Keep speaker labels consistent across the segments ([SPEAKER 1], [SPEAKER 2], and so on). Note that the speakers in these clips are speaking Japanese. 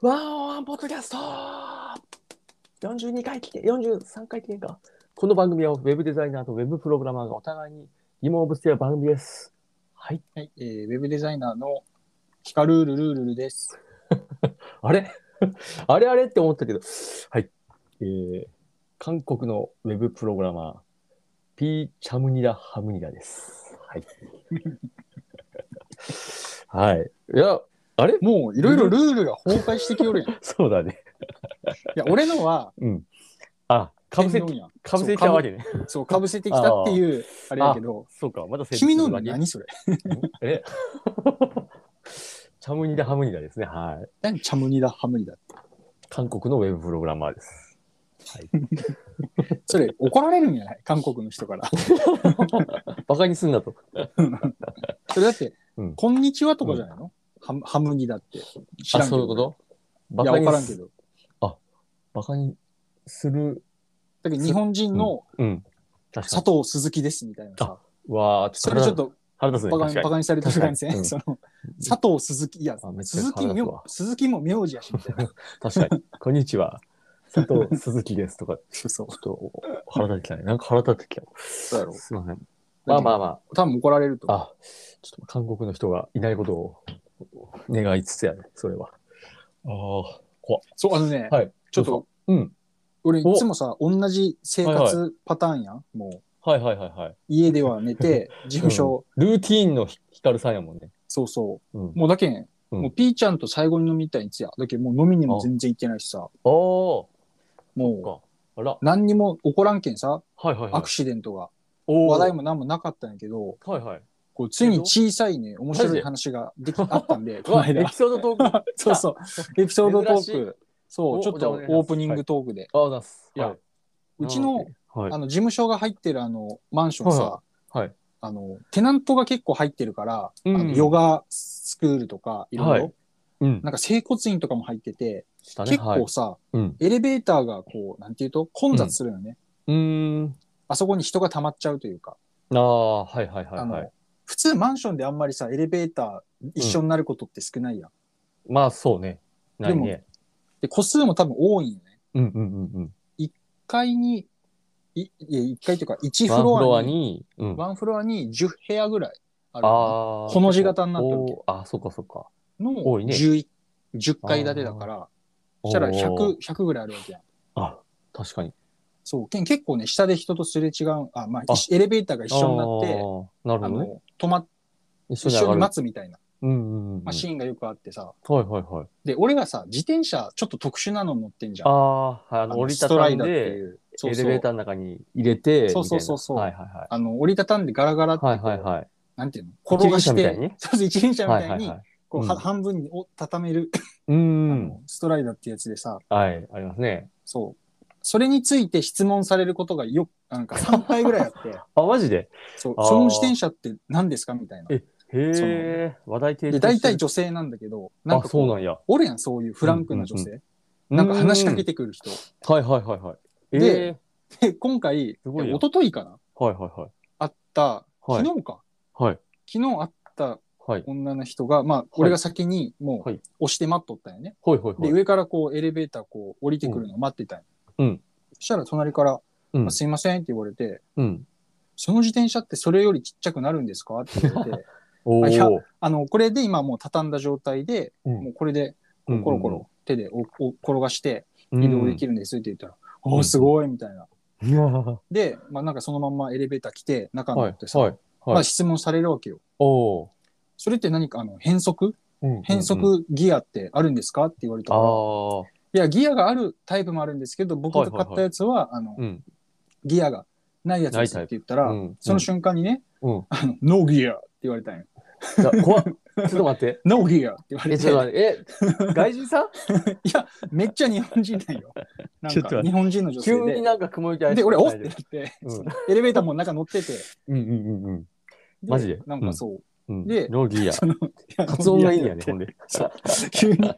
[SPEAKER 1] ワンオンワンポッドキャスト !42 回来て、43回記念か。この番組はウェブデザイナーとウェブプログラマーがお互いに疑問をぶつけ合う番組です。はい。
[SPEAKER 2] はい、えーウェブデザイナーのヒカルールルールルです。
[SPEAKER 1] あれあれあれって思ったけど。はい。えー、韓国のウェブプログラマー、ピーチャムニダハムニダです。はい。 はい。いや、あれ
[SPEAKER 2] もういろいろルールが崩壊してきよるや ん。い
[SPEAKER 1] そうだね。
[SPEAKER 2] や、俺のは、
[SPEAKER 1] うん。あ、かぶせ
[SPEAKER 2] 天、丼やん
[SPEAKER 1] かぶせちゃうわけね。
[SPEAKER 2] そう、かぶせてきたっていう、あれやけど、
[SPEAKER 1] そうか、まだ
[SPEAKER 2] 君の
[SPEAKER 1] だけ
[SPEAKER 2] 何それ
[SPEAKER 1] えチャムニダハムニダですね。はい。
[SPEAKER 2] 何チャムニだ、ハムニだって。
[SPEAKER 1] 韓国のウェブプログラマーです。
[SPEAKER 2] それ、怒られるんじゃない韓国の人から。
[SPEAKER 1] バカにすんなと。
[SPEAKER 2] それだって、
[SPEAKER 1] うん
[SPEAKER 2] こんにちはとかじゃないの、ハムハムニだって。知ら
[SPEAKER 1] あ、
[SPEAKER 2] ん
[SPEAKER 1] そ
[SPEAKER 2] けど。
[SPEAKER 1] ういうことバ
[SPEAKER 2] い
[SPEAKER 1] カ
[SPEAKER 2] や、わ
[SPEAKER 1] に
[SPEAKER 2] からんけど。
[SPEAKER 1] バカにする。
[SPEAKER 2] だけど、日本人の
[SPEAKER 1] うん。確か
[SPEAKER 2] 佐
[SPEAKER 1] に。
[SPEAKER 2] 藤鈴木ですみたいなさ。
[SPEAKER 1] わあ、
[SPEAKER 2] それちょっ
[SPEAKER 1] と
[SPEAKER 2] と
[SPEAKER 1] 腹立つね。
[SPEAKER 2] バカ
[SPEAKER 1] 確か
[SPEAKER 2] にバ
[SPEAKER 1] に。
[SPEAKER 2] カにされた感じね。
[SPEAKER 1] うん
[SPEAKER 2] その佐藤鈴木、いや
[SPEAKER 1] あめっ、ちゃ
[SPEAKER 2] 鈴木
[SPEAKER 1] 腹立つ
[SPEAKER 2] も
[SPEAKER 1] わ、
[SPEAKER 2] 鈴木も名字やし、みたいな。
[SPEAKER 1] 確 かに。こんにちは。佐藤鈴木ですとか、ち
[SPEAKER 2] そうそう。
[SPEAKER 1] ょっと腹立ってきたね。なんか腹立ってきた。
[SPEAKER 2] そうやろ。
[SPEAKER 1] すいません。まあまあまあ。
[SPEAKER 2] 多分怒られると思う。
[SPEAKER 1] あ、ちょっと韓国の人がいないことを願いつつやね、それは。ああ、怖
[SPEAKER 2] そう、あのね、
[SPEAKER 1] はい。
[SPEAKER 2] ちょっと、
[SPEAKER 1] うん。
[SPEAKER 2] 俺いつもさ、同じ生活パターンやん。もう、
[SPEAKER 1] はいはいはいはい。
[SPEAKER 2] 家では寝て、事務所、
[SPEAKER 1] ルーティーンのひヒカルさんやもんね。
[SPEAKER 2] そうそ
[SPEAKER 1] うん
[SPEAKER 2] う。。もうだけん、
[SPEAKER 1] うん
[SPEAKER 2] もうピーちゃんと最後に飲みたいんつや。だけんもう飲みにも全然行ってないしさ、
[SPEAKER 1] お
[SPEAKER 2] もう、
[SPEAKER 1] あら。
[SPEAKER 2] 何にも起こらんけんさ、
[SPEAKER 1] はいはいはい
[SPEAKER 2] アク。シデントが、
[SPEAKER 1] おー
[SPEAKER 2] 話題も何もなかったんやけど、
[SPEAKER 1] はいはい。
[SPEAKER 2] こう、ついに小さいね、面白い話ができ、あったんで、この
[SPEAKER 1] うわエ
[SPEAKER 2] 間
[SPEAKER 1] ピ。ソードト ーク。あ
[SPEAKER 2] そうそう。エピソードトー
[SPEAKER 1] 珍し
[SPEAKER 2] ク。そ
[SPEAKER 1] お
[SPEAKER 2] う、ちょっ
[SPEAKER 1] じゃあ
[SPEAKER 2] と
[SPEAKER 1] お願いします
[SPEAKER 2] オープニングトークで。
[SPEAKER 1] あ、だす。
[SPEAKER 2] いや
[SPEAKER 1] は
[SPEAKER 2] うちの、
[SPEAKER 1] はい
[SPEAKER 2] あ。の、事務所が入ってるあの、マンションさ、
[SPEAKER 1] はいはい
[SPEAKER 2] あの、テナントが結構入ってるから、
[SPEAKER 1] うん
[SPEAKER 2] あのヨガスクールとか、いろいろ、
[SPEAKER 1] はいうん。
[SPEAKER 2] なんか整骨院とかも入ってて、
[SPEAKER 1] したね。
[SPEAKER 2] 結
[SPEAKER 1] はい
[SPEAKER 2] 構。さ、
[SPEAKER 1] うん。
[SPEAKER 2] エレベーターがこう、なんていうと、混雑するよね。
[SPEAKER 1] うーん。
[SPEAKER 2] あそこに人が溜まっちゃうというか、
[SPEAKER 1] ああ、はいはいは
[SPEAKER 2] あ
[SPEAKER 1] い
[SPEAKER 2] の、
[SPEAKER 1] はい。
[SPEAKER 2] 普通マンションであんまりさ、エレベーター一緒になることって少ないやん。
[SPEAKER 1] まあそうね。ないね。
[SPEAKER 2] で、個数も多分多いんよね。
[SPEAKER 1] うんうんうんうん。
[SPEAKER 2] 1階に、いいや、1階というか、1
[SPEAKER 1] ワン
[SPEAKER 2] フ
[SPEAKER 1] フロ
[SPEAKER 2] ロ
[SPEAKER 1] ア
[SPEAKER 2] アに、
[SPEAKER 1] に、うん。
[SPEAKER 2] ワンフロアに10部屋ぐらいあるのね
[SPEAKER 1] ああ。
[SPEAKER 2] この字型になってるわけ
[SPEAKER 1] おーあ、そっかそっか。
[SPEAKER 2] の
[SPEAKER 1] 多いね
[SPEAKER 2] 11 10階建てだから、そしたら100、100ぐらいあるわけやん。
[SPEAKER 1] あ、確かに。
[SPEAKER 2] そう。けん結構ね、下で人とすれ違う、あ、まあ、
[SPEAKER 1] あ
[SPEAKER 2] いエレベーターが一緒になって、
[SPEAKER 1] な
[SPEAKER 2] あ
[SPEAKER 1] るほどね。
[SPEAKER 2] の、止まっ、
[SPEAKER 1] 一緒
[SPEAKER 2] 一
[SPEAKER 1] に上
[SPEAKER 2] 緒
[SPEAKER 1] が
[SPEAKER 2] に
[SPEAKER 1] る。
[SPEAKER 2] 待つみたいな、
[SPEAKER 1] うんうんうん。
[SPEAKER 2] まあ、シーンがよくあってさ。
[SPEAKER 1] はいはいはい。
[SPEAKER 2] で、俺がさ、自転車ちょっと特殊なの乗ってんじゃん。
[SPEAKER 1] ああー、はい、あ
[SPEAKER 2] あ
[SPEAKER 1] の、
[SPEAKER 2] の
[SPEAKER 1] 折り
[SPEAKER 2] ス
[SPEAKER 1] た
[SPEAKER 2] ト
[SPEAKER 1] た
[SPEAKER 2] ライ
[SPEAKER 1] ん
[SPEAKER 2] ダーって
[SPEAKER 1] で、
[SPEAKER 2] いう。そ
[SPEAKER 1] エ
[SPEAKER 2] う
[SPEAKER 1] レ
[SPEAKER 2] そう
[SPEAKER 1] ベーターの中に入れて、
[SPEAKER 2] そうそうそうそう
[SPEAKER 1] みたいなはいはい
[SPEAKER 2] あの、折りたたんでガラガラってこう、
[SPEAKER 1] はい。はいはいはい。
[SPEAKER 2] なんていうの転がし
[SPEAKER 1] 一輪車みたいに
[SPEAKER 2] て
[SPEAKER 1] ね、
[SPEAKER 2] そうそう、一輪車み
[SPEAKER 1] はい
[SPEAKER 2] た
[SPEAKER 1] はいい
[SPEAKER 2] に
[SPEAKER 1] はい、。
[SPEAKER 2] こう、
[SPEAKER 1] うん
[SPEAKER 2] は半分にお畳める、
[SPEAKER 1] うー
[SPEAKER 2] あ
[SPEAKER 1] ん。
[SPEAKER 2] のストライダーってやつでさ、
[SPEAKER 1] はい、ありますね。
[SPEAKER 2] そう。それについて質問されることがよ、なんか3回ぐらいあって、
[SPEAKER 1] あ、マジで
[SPEAKER 2] そう
[SPEAKER 1] あー
[SPEAKER 2] その自転車って何ですかみたいな。
[SPEAKER 1] えへえ、話題提供
[SPEAKER 2] で、大体女性なんだけど、なん
[SPEAKER 1] あ、
[SPEAKER 2] か
[SPEAKER 1] そう
[SPEAKER 2] こ
[SPEAKER 1] なんや。
[SPEAKER 2] うおるやん、そういうフランクな女性。
[SPEAKER 1] う
[SPEAKER 2] なんか話しかけてくる人。
[SPEAKER 1] はいはいはいはい。え
[SPEAKER 2] で
[SPEAKER 1] え、
[SPEAKER 2] で、今回、
[SPEAKER 1] すごいやん
[SPEAKER 2] 一昨日かな
[SPEAKER 1] はいはいはい。
[SPEAKER 2] あった、
[SPEAKER 1] はい
[SPEAKER 2] 昨日か。
[SPEAKER 1] はい。
[SPEAKER 2] 昨日あった
[SPEAKER 1] はい。
[SPEAKER 2] 女の人が、まあ、俺が先にも
[SPEAKER 1] はいう
[SPEAKER 2] 押して待っとったんよね。
[SPEAKER 1] ほいほいほ
[SPEAKER 2] で、
[SPEAKER 1] い。
[SPEAKER 2] 上からこうエレベーターこう降りてくるのを待ってたんよ
[SPEAKER 1] うん
[SPEAKER 2] そしたら隣から、
[SPEAKER 1] うん
[SPEAKER 2] あすいませんって言われて、
[SPEAKER 1] うん。
[SPEAKER 2] その自転車ってそれよりちっちゃくなるんですかって言われ て、
[SPEAKER 1] お
[SPEAKER 2] あいや
[SPEAKER 1] ー。
[SPEAKER 2] あの、これで今もう畳んだ状態で、
[SPEAKER 1] うん
[SPEAKER 2] もうこれで
[SPEAKER 1] コ
[SPEAKER 2] コロコロ手でおお転がして
[SPEAKER 1] 移
[SPEAKER 2] 移動できるんですって言ったら、おお、すごいみたいな。
[SPEAKER 1] る。いやー
[SPEAKER 2] で、まあなんかそのまんまエレベーター来て、中に
[SPEAKER 1] は
[SPEAKER 2] 乗
[SPEAKER 1] い
[SPEAKER 2] ってさ、
[SPEAKER 1] はい。
[SPEAKER 2] まあ質問されるわけよ。
[SPEAKER 1] おー。
[SPEAKER 2] それって何かあの変速
[SPEAKER 1] うん
[SPEAKER 2] 変速ギアってあるんですかって言われた
[SPEAKER 1] あ
[SPEAKER 2] から、
[SPEAKER 1] あ、
[SPEAKER 2] いや、ギアがあるタイプもあるんですけど、僕が買ったやつは、あの、
[SPEAKER 1] うん。
[SPEAKER 2] ギアがないやつですって言ったら、
[SPEAKER 1] うん
[SPEAKER 2] その瞬間にね、
[SPEAKER 1] うん。うん
[SPEAKER 2] あの、ノーギアって言われたんよ。
[SPEAKER 1] いや怖っ。ちょっと待 って。
[SPEAKER 2] ノーギアって言われ
[SPEAKER 1] え、
[SPEAKER 2] て
[SPEAKER 1] ちょっと、待って。え、外人さん
[SPEAKER 2] いや、めっちゃ日本人だよ。な
[SPEAKER 1] ちょ
[SPEAKER 2] ん
[SPEAKER 1] っと待っ
[SPEAKER 2] か、
[SPEAKER 1] て
[SPEAKER 2] 日本人の女
[SPEAKER 1] 急
[SPEAKER 2] 性
[SPEAKER 1] に
[SPEAKER 2] で。
[SPEAKER 1] なんか雲行き怪しい
[SPEAKER 2] で、俺、おっってなって、
[SPEAKER 1] うん
[SPEAKER 2] そのエレベーターも中乗ってて、で
[SPEAKER 1] うんうんうんうんマジで
[SPEAKER 2] なんかそう。
[SPEAKER 1] うん。
[SPEAKER 2] で
[SPEAKER 1] ロギア。
[SPEAKER 2] そのいや
[SPEAKER 1] 発音がいいんやね、
[SPEAKER 2] ノ
[SPEAKER 1] ほんで。
[SPEAKER 2] ーギア って急 に、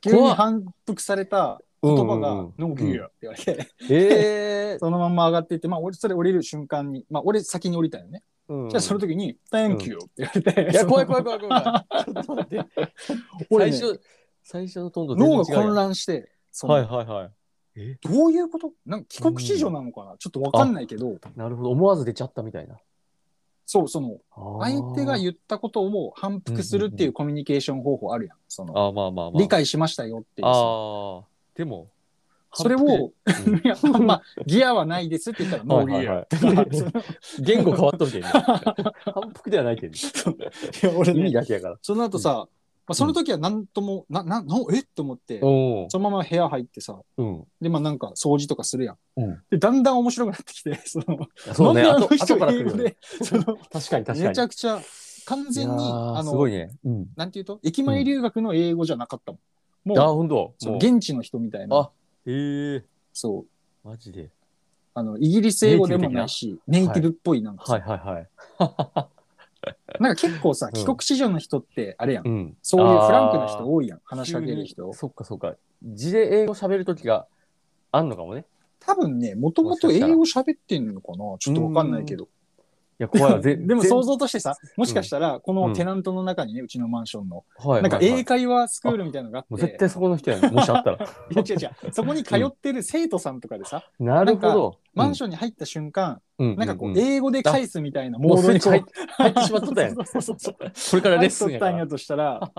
[SPEAKER 2] 急に反復された言葉が、
[SPEAKER 1] うんうんうん
[SPEAKER 2] ノーギアって言われて、
[SPEAKER 1] ええ。
[SPEAKER 2] そのまんま上がっていって、まあ、俺、それ降りる瞬間に、まあ、俺先に降りたよね。
[SPEAKER 1] うん
[SPEAKER 2] じゃあ、その時に、Thank you って言われて。
[SPEAKER 1] いや、怖い
[SPEAKER 2] その
[SPEAKER 1] 怖い怖い怖い。ちょっと待って。
[SPEAKER 2] 俺
[SPEAKER 1] 最
[SPEAKER 2] ね
[SPEAKER 1] 初、最初のトーンと全然違
[SPEAKER 2] 脳
[SPEAKER 1] う
[SPEAKER 2] が
[SPEAKER 1] やん
[SPEAKER 2] 混乱して、その
[SPEAKER 1] はいはいはい。え
[SPEAKER 2] どういうことなんか企画市場なのかな、ちょっとわかんないけど、
[SPEAKER 1] なるほど。思わず出ちゃったみたいな。
[SPEAKER 2] そう、その、
[SPEAKER 1] あー
[SPEAKER 2] 相手が言ったことを反復するっていうコミュニケーション方法あるやん。その、
[SPEAKER 1] あーまあまあまあ。
[SPEAKER 2] 理解しましたよっていう
[SPEAKER 1] あ
[SPEAKER 2] さ。
[SPEAKER 1] ーでも、
[SPEAKER 2] それを、
[SPEAKER 1] うん
[SPEAKER 2] いやまあ まあ、ギアはないですって言ったら、ノーギア。
[SPEAKER 1] はいはいはい
[SPEAKER 2] だから
[SPEAKER 1] 言語変わっと るけんね。反復ではないけんね。
[SPEAKER 2] そのいや、俺
[SPEAKER 1] 意味
[SPEAKER 2] ね、
[SPEAKER 1] だけやから。
[SPEAKER 2] その後さ、まあ、その時はなんとも、な、な、な、えって思って、
[SPEAKER 1] お
[SPEAKER 2] そのまま部屋入ってさ、
[SPEAKER 1] うん。
[SPEAKER 2] で、まあなんか掃除とかするやん。
[SPEAKER 1] うん
[SPEAKER 2] で、だんだん面白くなってきて、 その、
[SPEAKER 1] そうね。
[SPEAKER 2] なん
[SPEAKER 1] あ
[SPEAKER 2] で
[SPEAKER 1] と
[SPEAKER 2] あの人
[SPEAKER 1] 後から来
[SPEAKER 2] 英語
[SPEAKER 1] るよね。
[SPEAKER 2] で、その、
[SPEAKER 1] 確かに確かに。
[SPEAKER 2] めちゃくちゃ、完全
[SPEAKER 1] い
[SPEAKER 2] に、
[SPEAKER 1] やー
[SPEAKER 2] あ
[SPEAKER 1] すご
[SPEAKER 2] の
[SPEAKER 1] い、ね。うん。
[SPEAKER 2] なんていうと、駅前留学の英語じゃなかったも
[SPEAKER 1] あ
[SPEAKER 2] ん。もう、
[SPEAKER 1] ー、ほんと。
[SPEAKER 2] その
[SPEAKER 1] もう
[SPEAKER 2] 現地の人みたいな
[SPEAKER 1] あ、ええ。
[SPEAKER 2] そう、
[SPEAKER 1] マジで。
[SPEAKER 2] あの、イギリス英語でもないし、ネ
[SPEAKER 1] イ
[SPEAKER 2] イ
[SPEAKER 1] ティブ的な
[SPEAKER 2] ティブっぽいなんかさ、
[SPEAKER 1] はいはいはい。
[SPEAKER 2] なんか結構さ、
[SPEAKER 1] ん
[SPEAKER 2] 帰国子女の人って、あれやん。
[SPEAKER 1] うん。
[SPEAKER 2] そういうフランクな
[SPEAKER 1] あー
[SPEAKER 2] 人多いやん。話しかける人。
[SPEAKER 1] そっかそっか。字で英語喋るときがあんのかもね。
[SPEAKER 2] 多分ね、もともと英語喋ってんのかなちょっとわかんないけど。
[SPEAKER 1] いや、怖い わ。
[SPEAKER 2] で
[SPEAKER 1] ぜ
[SPEAKER 2] も想
[SPEAKER 1] ぜ
[SPEAKER 2] 像としてさ、もしかしたら、このテナントの中にね、うちのマンションの、
[SPEAKER 1] はいはい
[SPEAKER 2] なん
[SPEAKER 1] は
[SPEAKER 2] か
[SPEAKER 1] い
[SPEAKER 2] 英会話スクールみたいなのがあ
[SPEAKER 1] も
[SPEAKER 2] っ
[SPEAKER 1] う
[SPEAKER 2] て、
[SPEAKER 1] 絶対そこの人やね。もしあったら。
[SPEAKER 2] いや違う違う、そこに通ってる生徒さんとかでさ、
[SPEAKER 1] なるほど。
[SPEAKER 2] マンションに入った瞬間、
[SPEAKER 1] ョン
[SPEAKER 2] なんかこう、英語で返すみたいな
[SPEAKER 1] もう
[SPEAKER 2] モー
[SPEAKER 1] す
[SPEAKER 2] ド
[SPEAKER 1] でに
[SPEAKER 2] にこ
[SPEAKER 1] 入っ
[SPEAKER 2] う
[SPEAKER 1] 入ってしまっとったやん。こ
[SPEAKER 2] そうそうそう
[SPEAKER 1] れからレッ
[SPEAKER 2] 入っと
[SPEAKER 1] スンや
[SPEAKER 2] った
[SPEAKER 1] か
[SPEAKER 2] ん
[SPEAKER 1] ら
[SPEAKER 2] や。とし たら、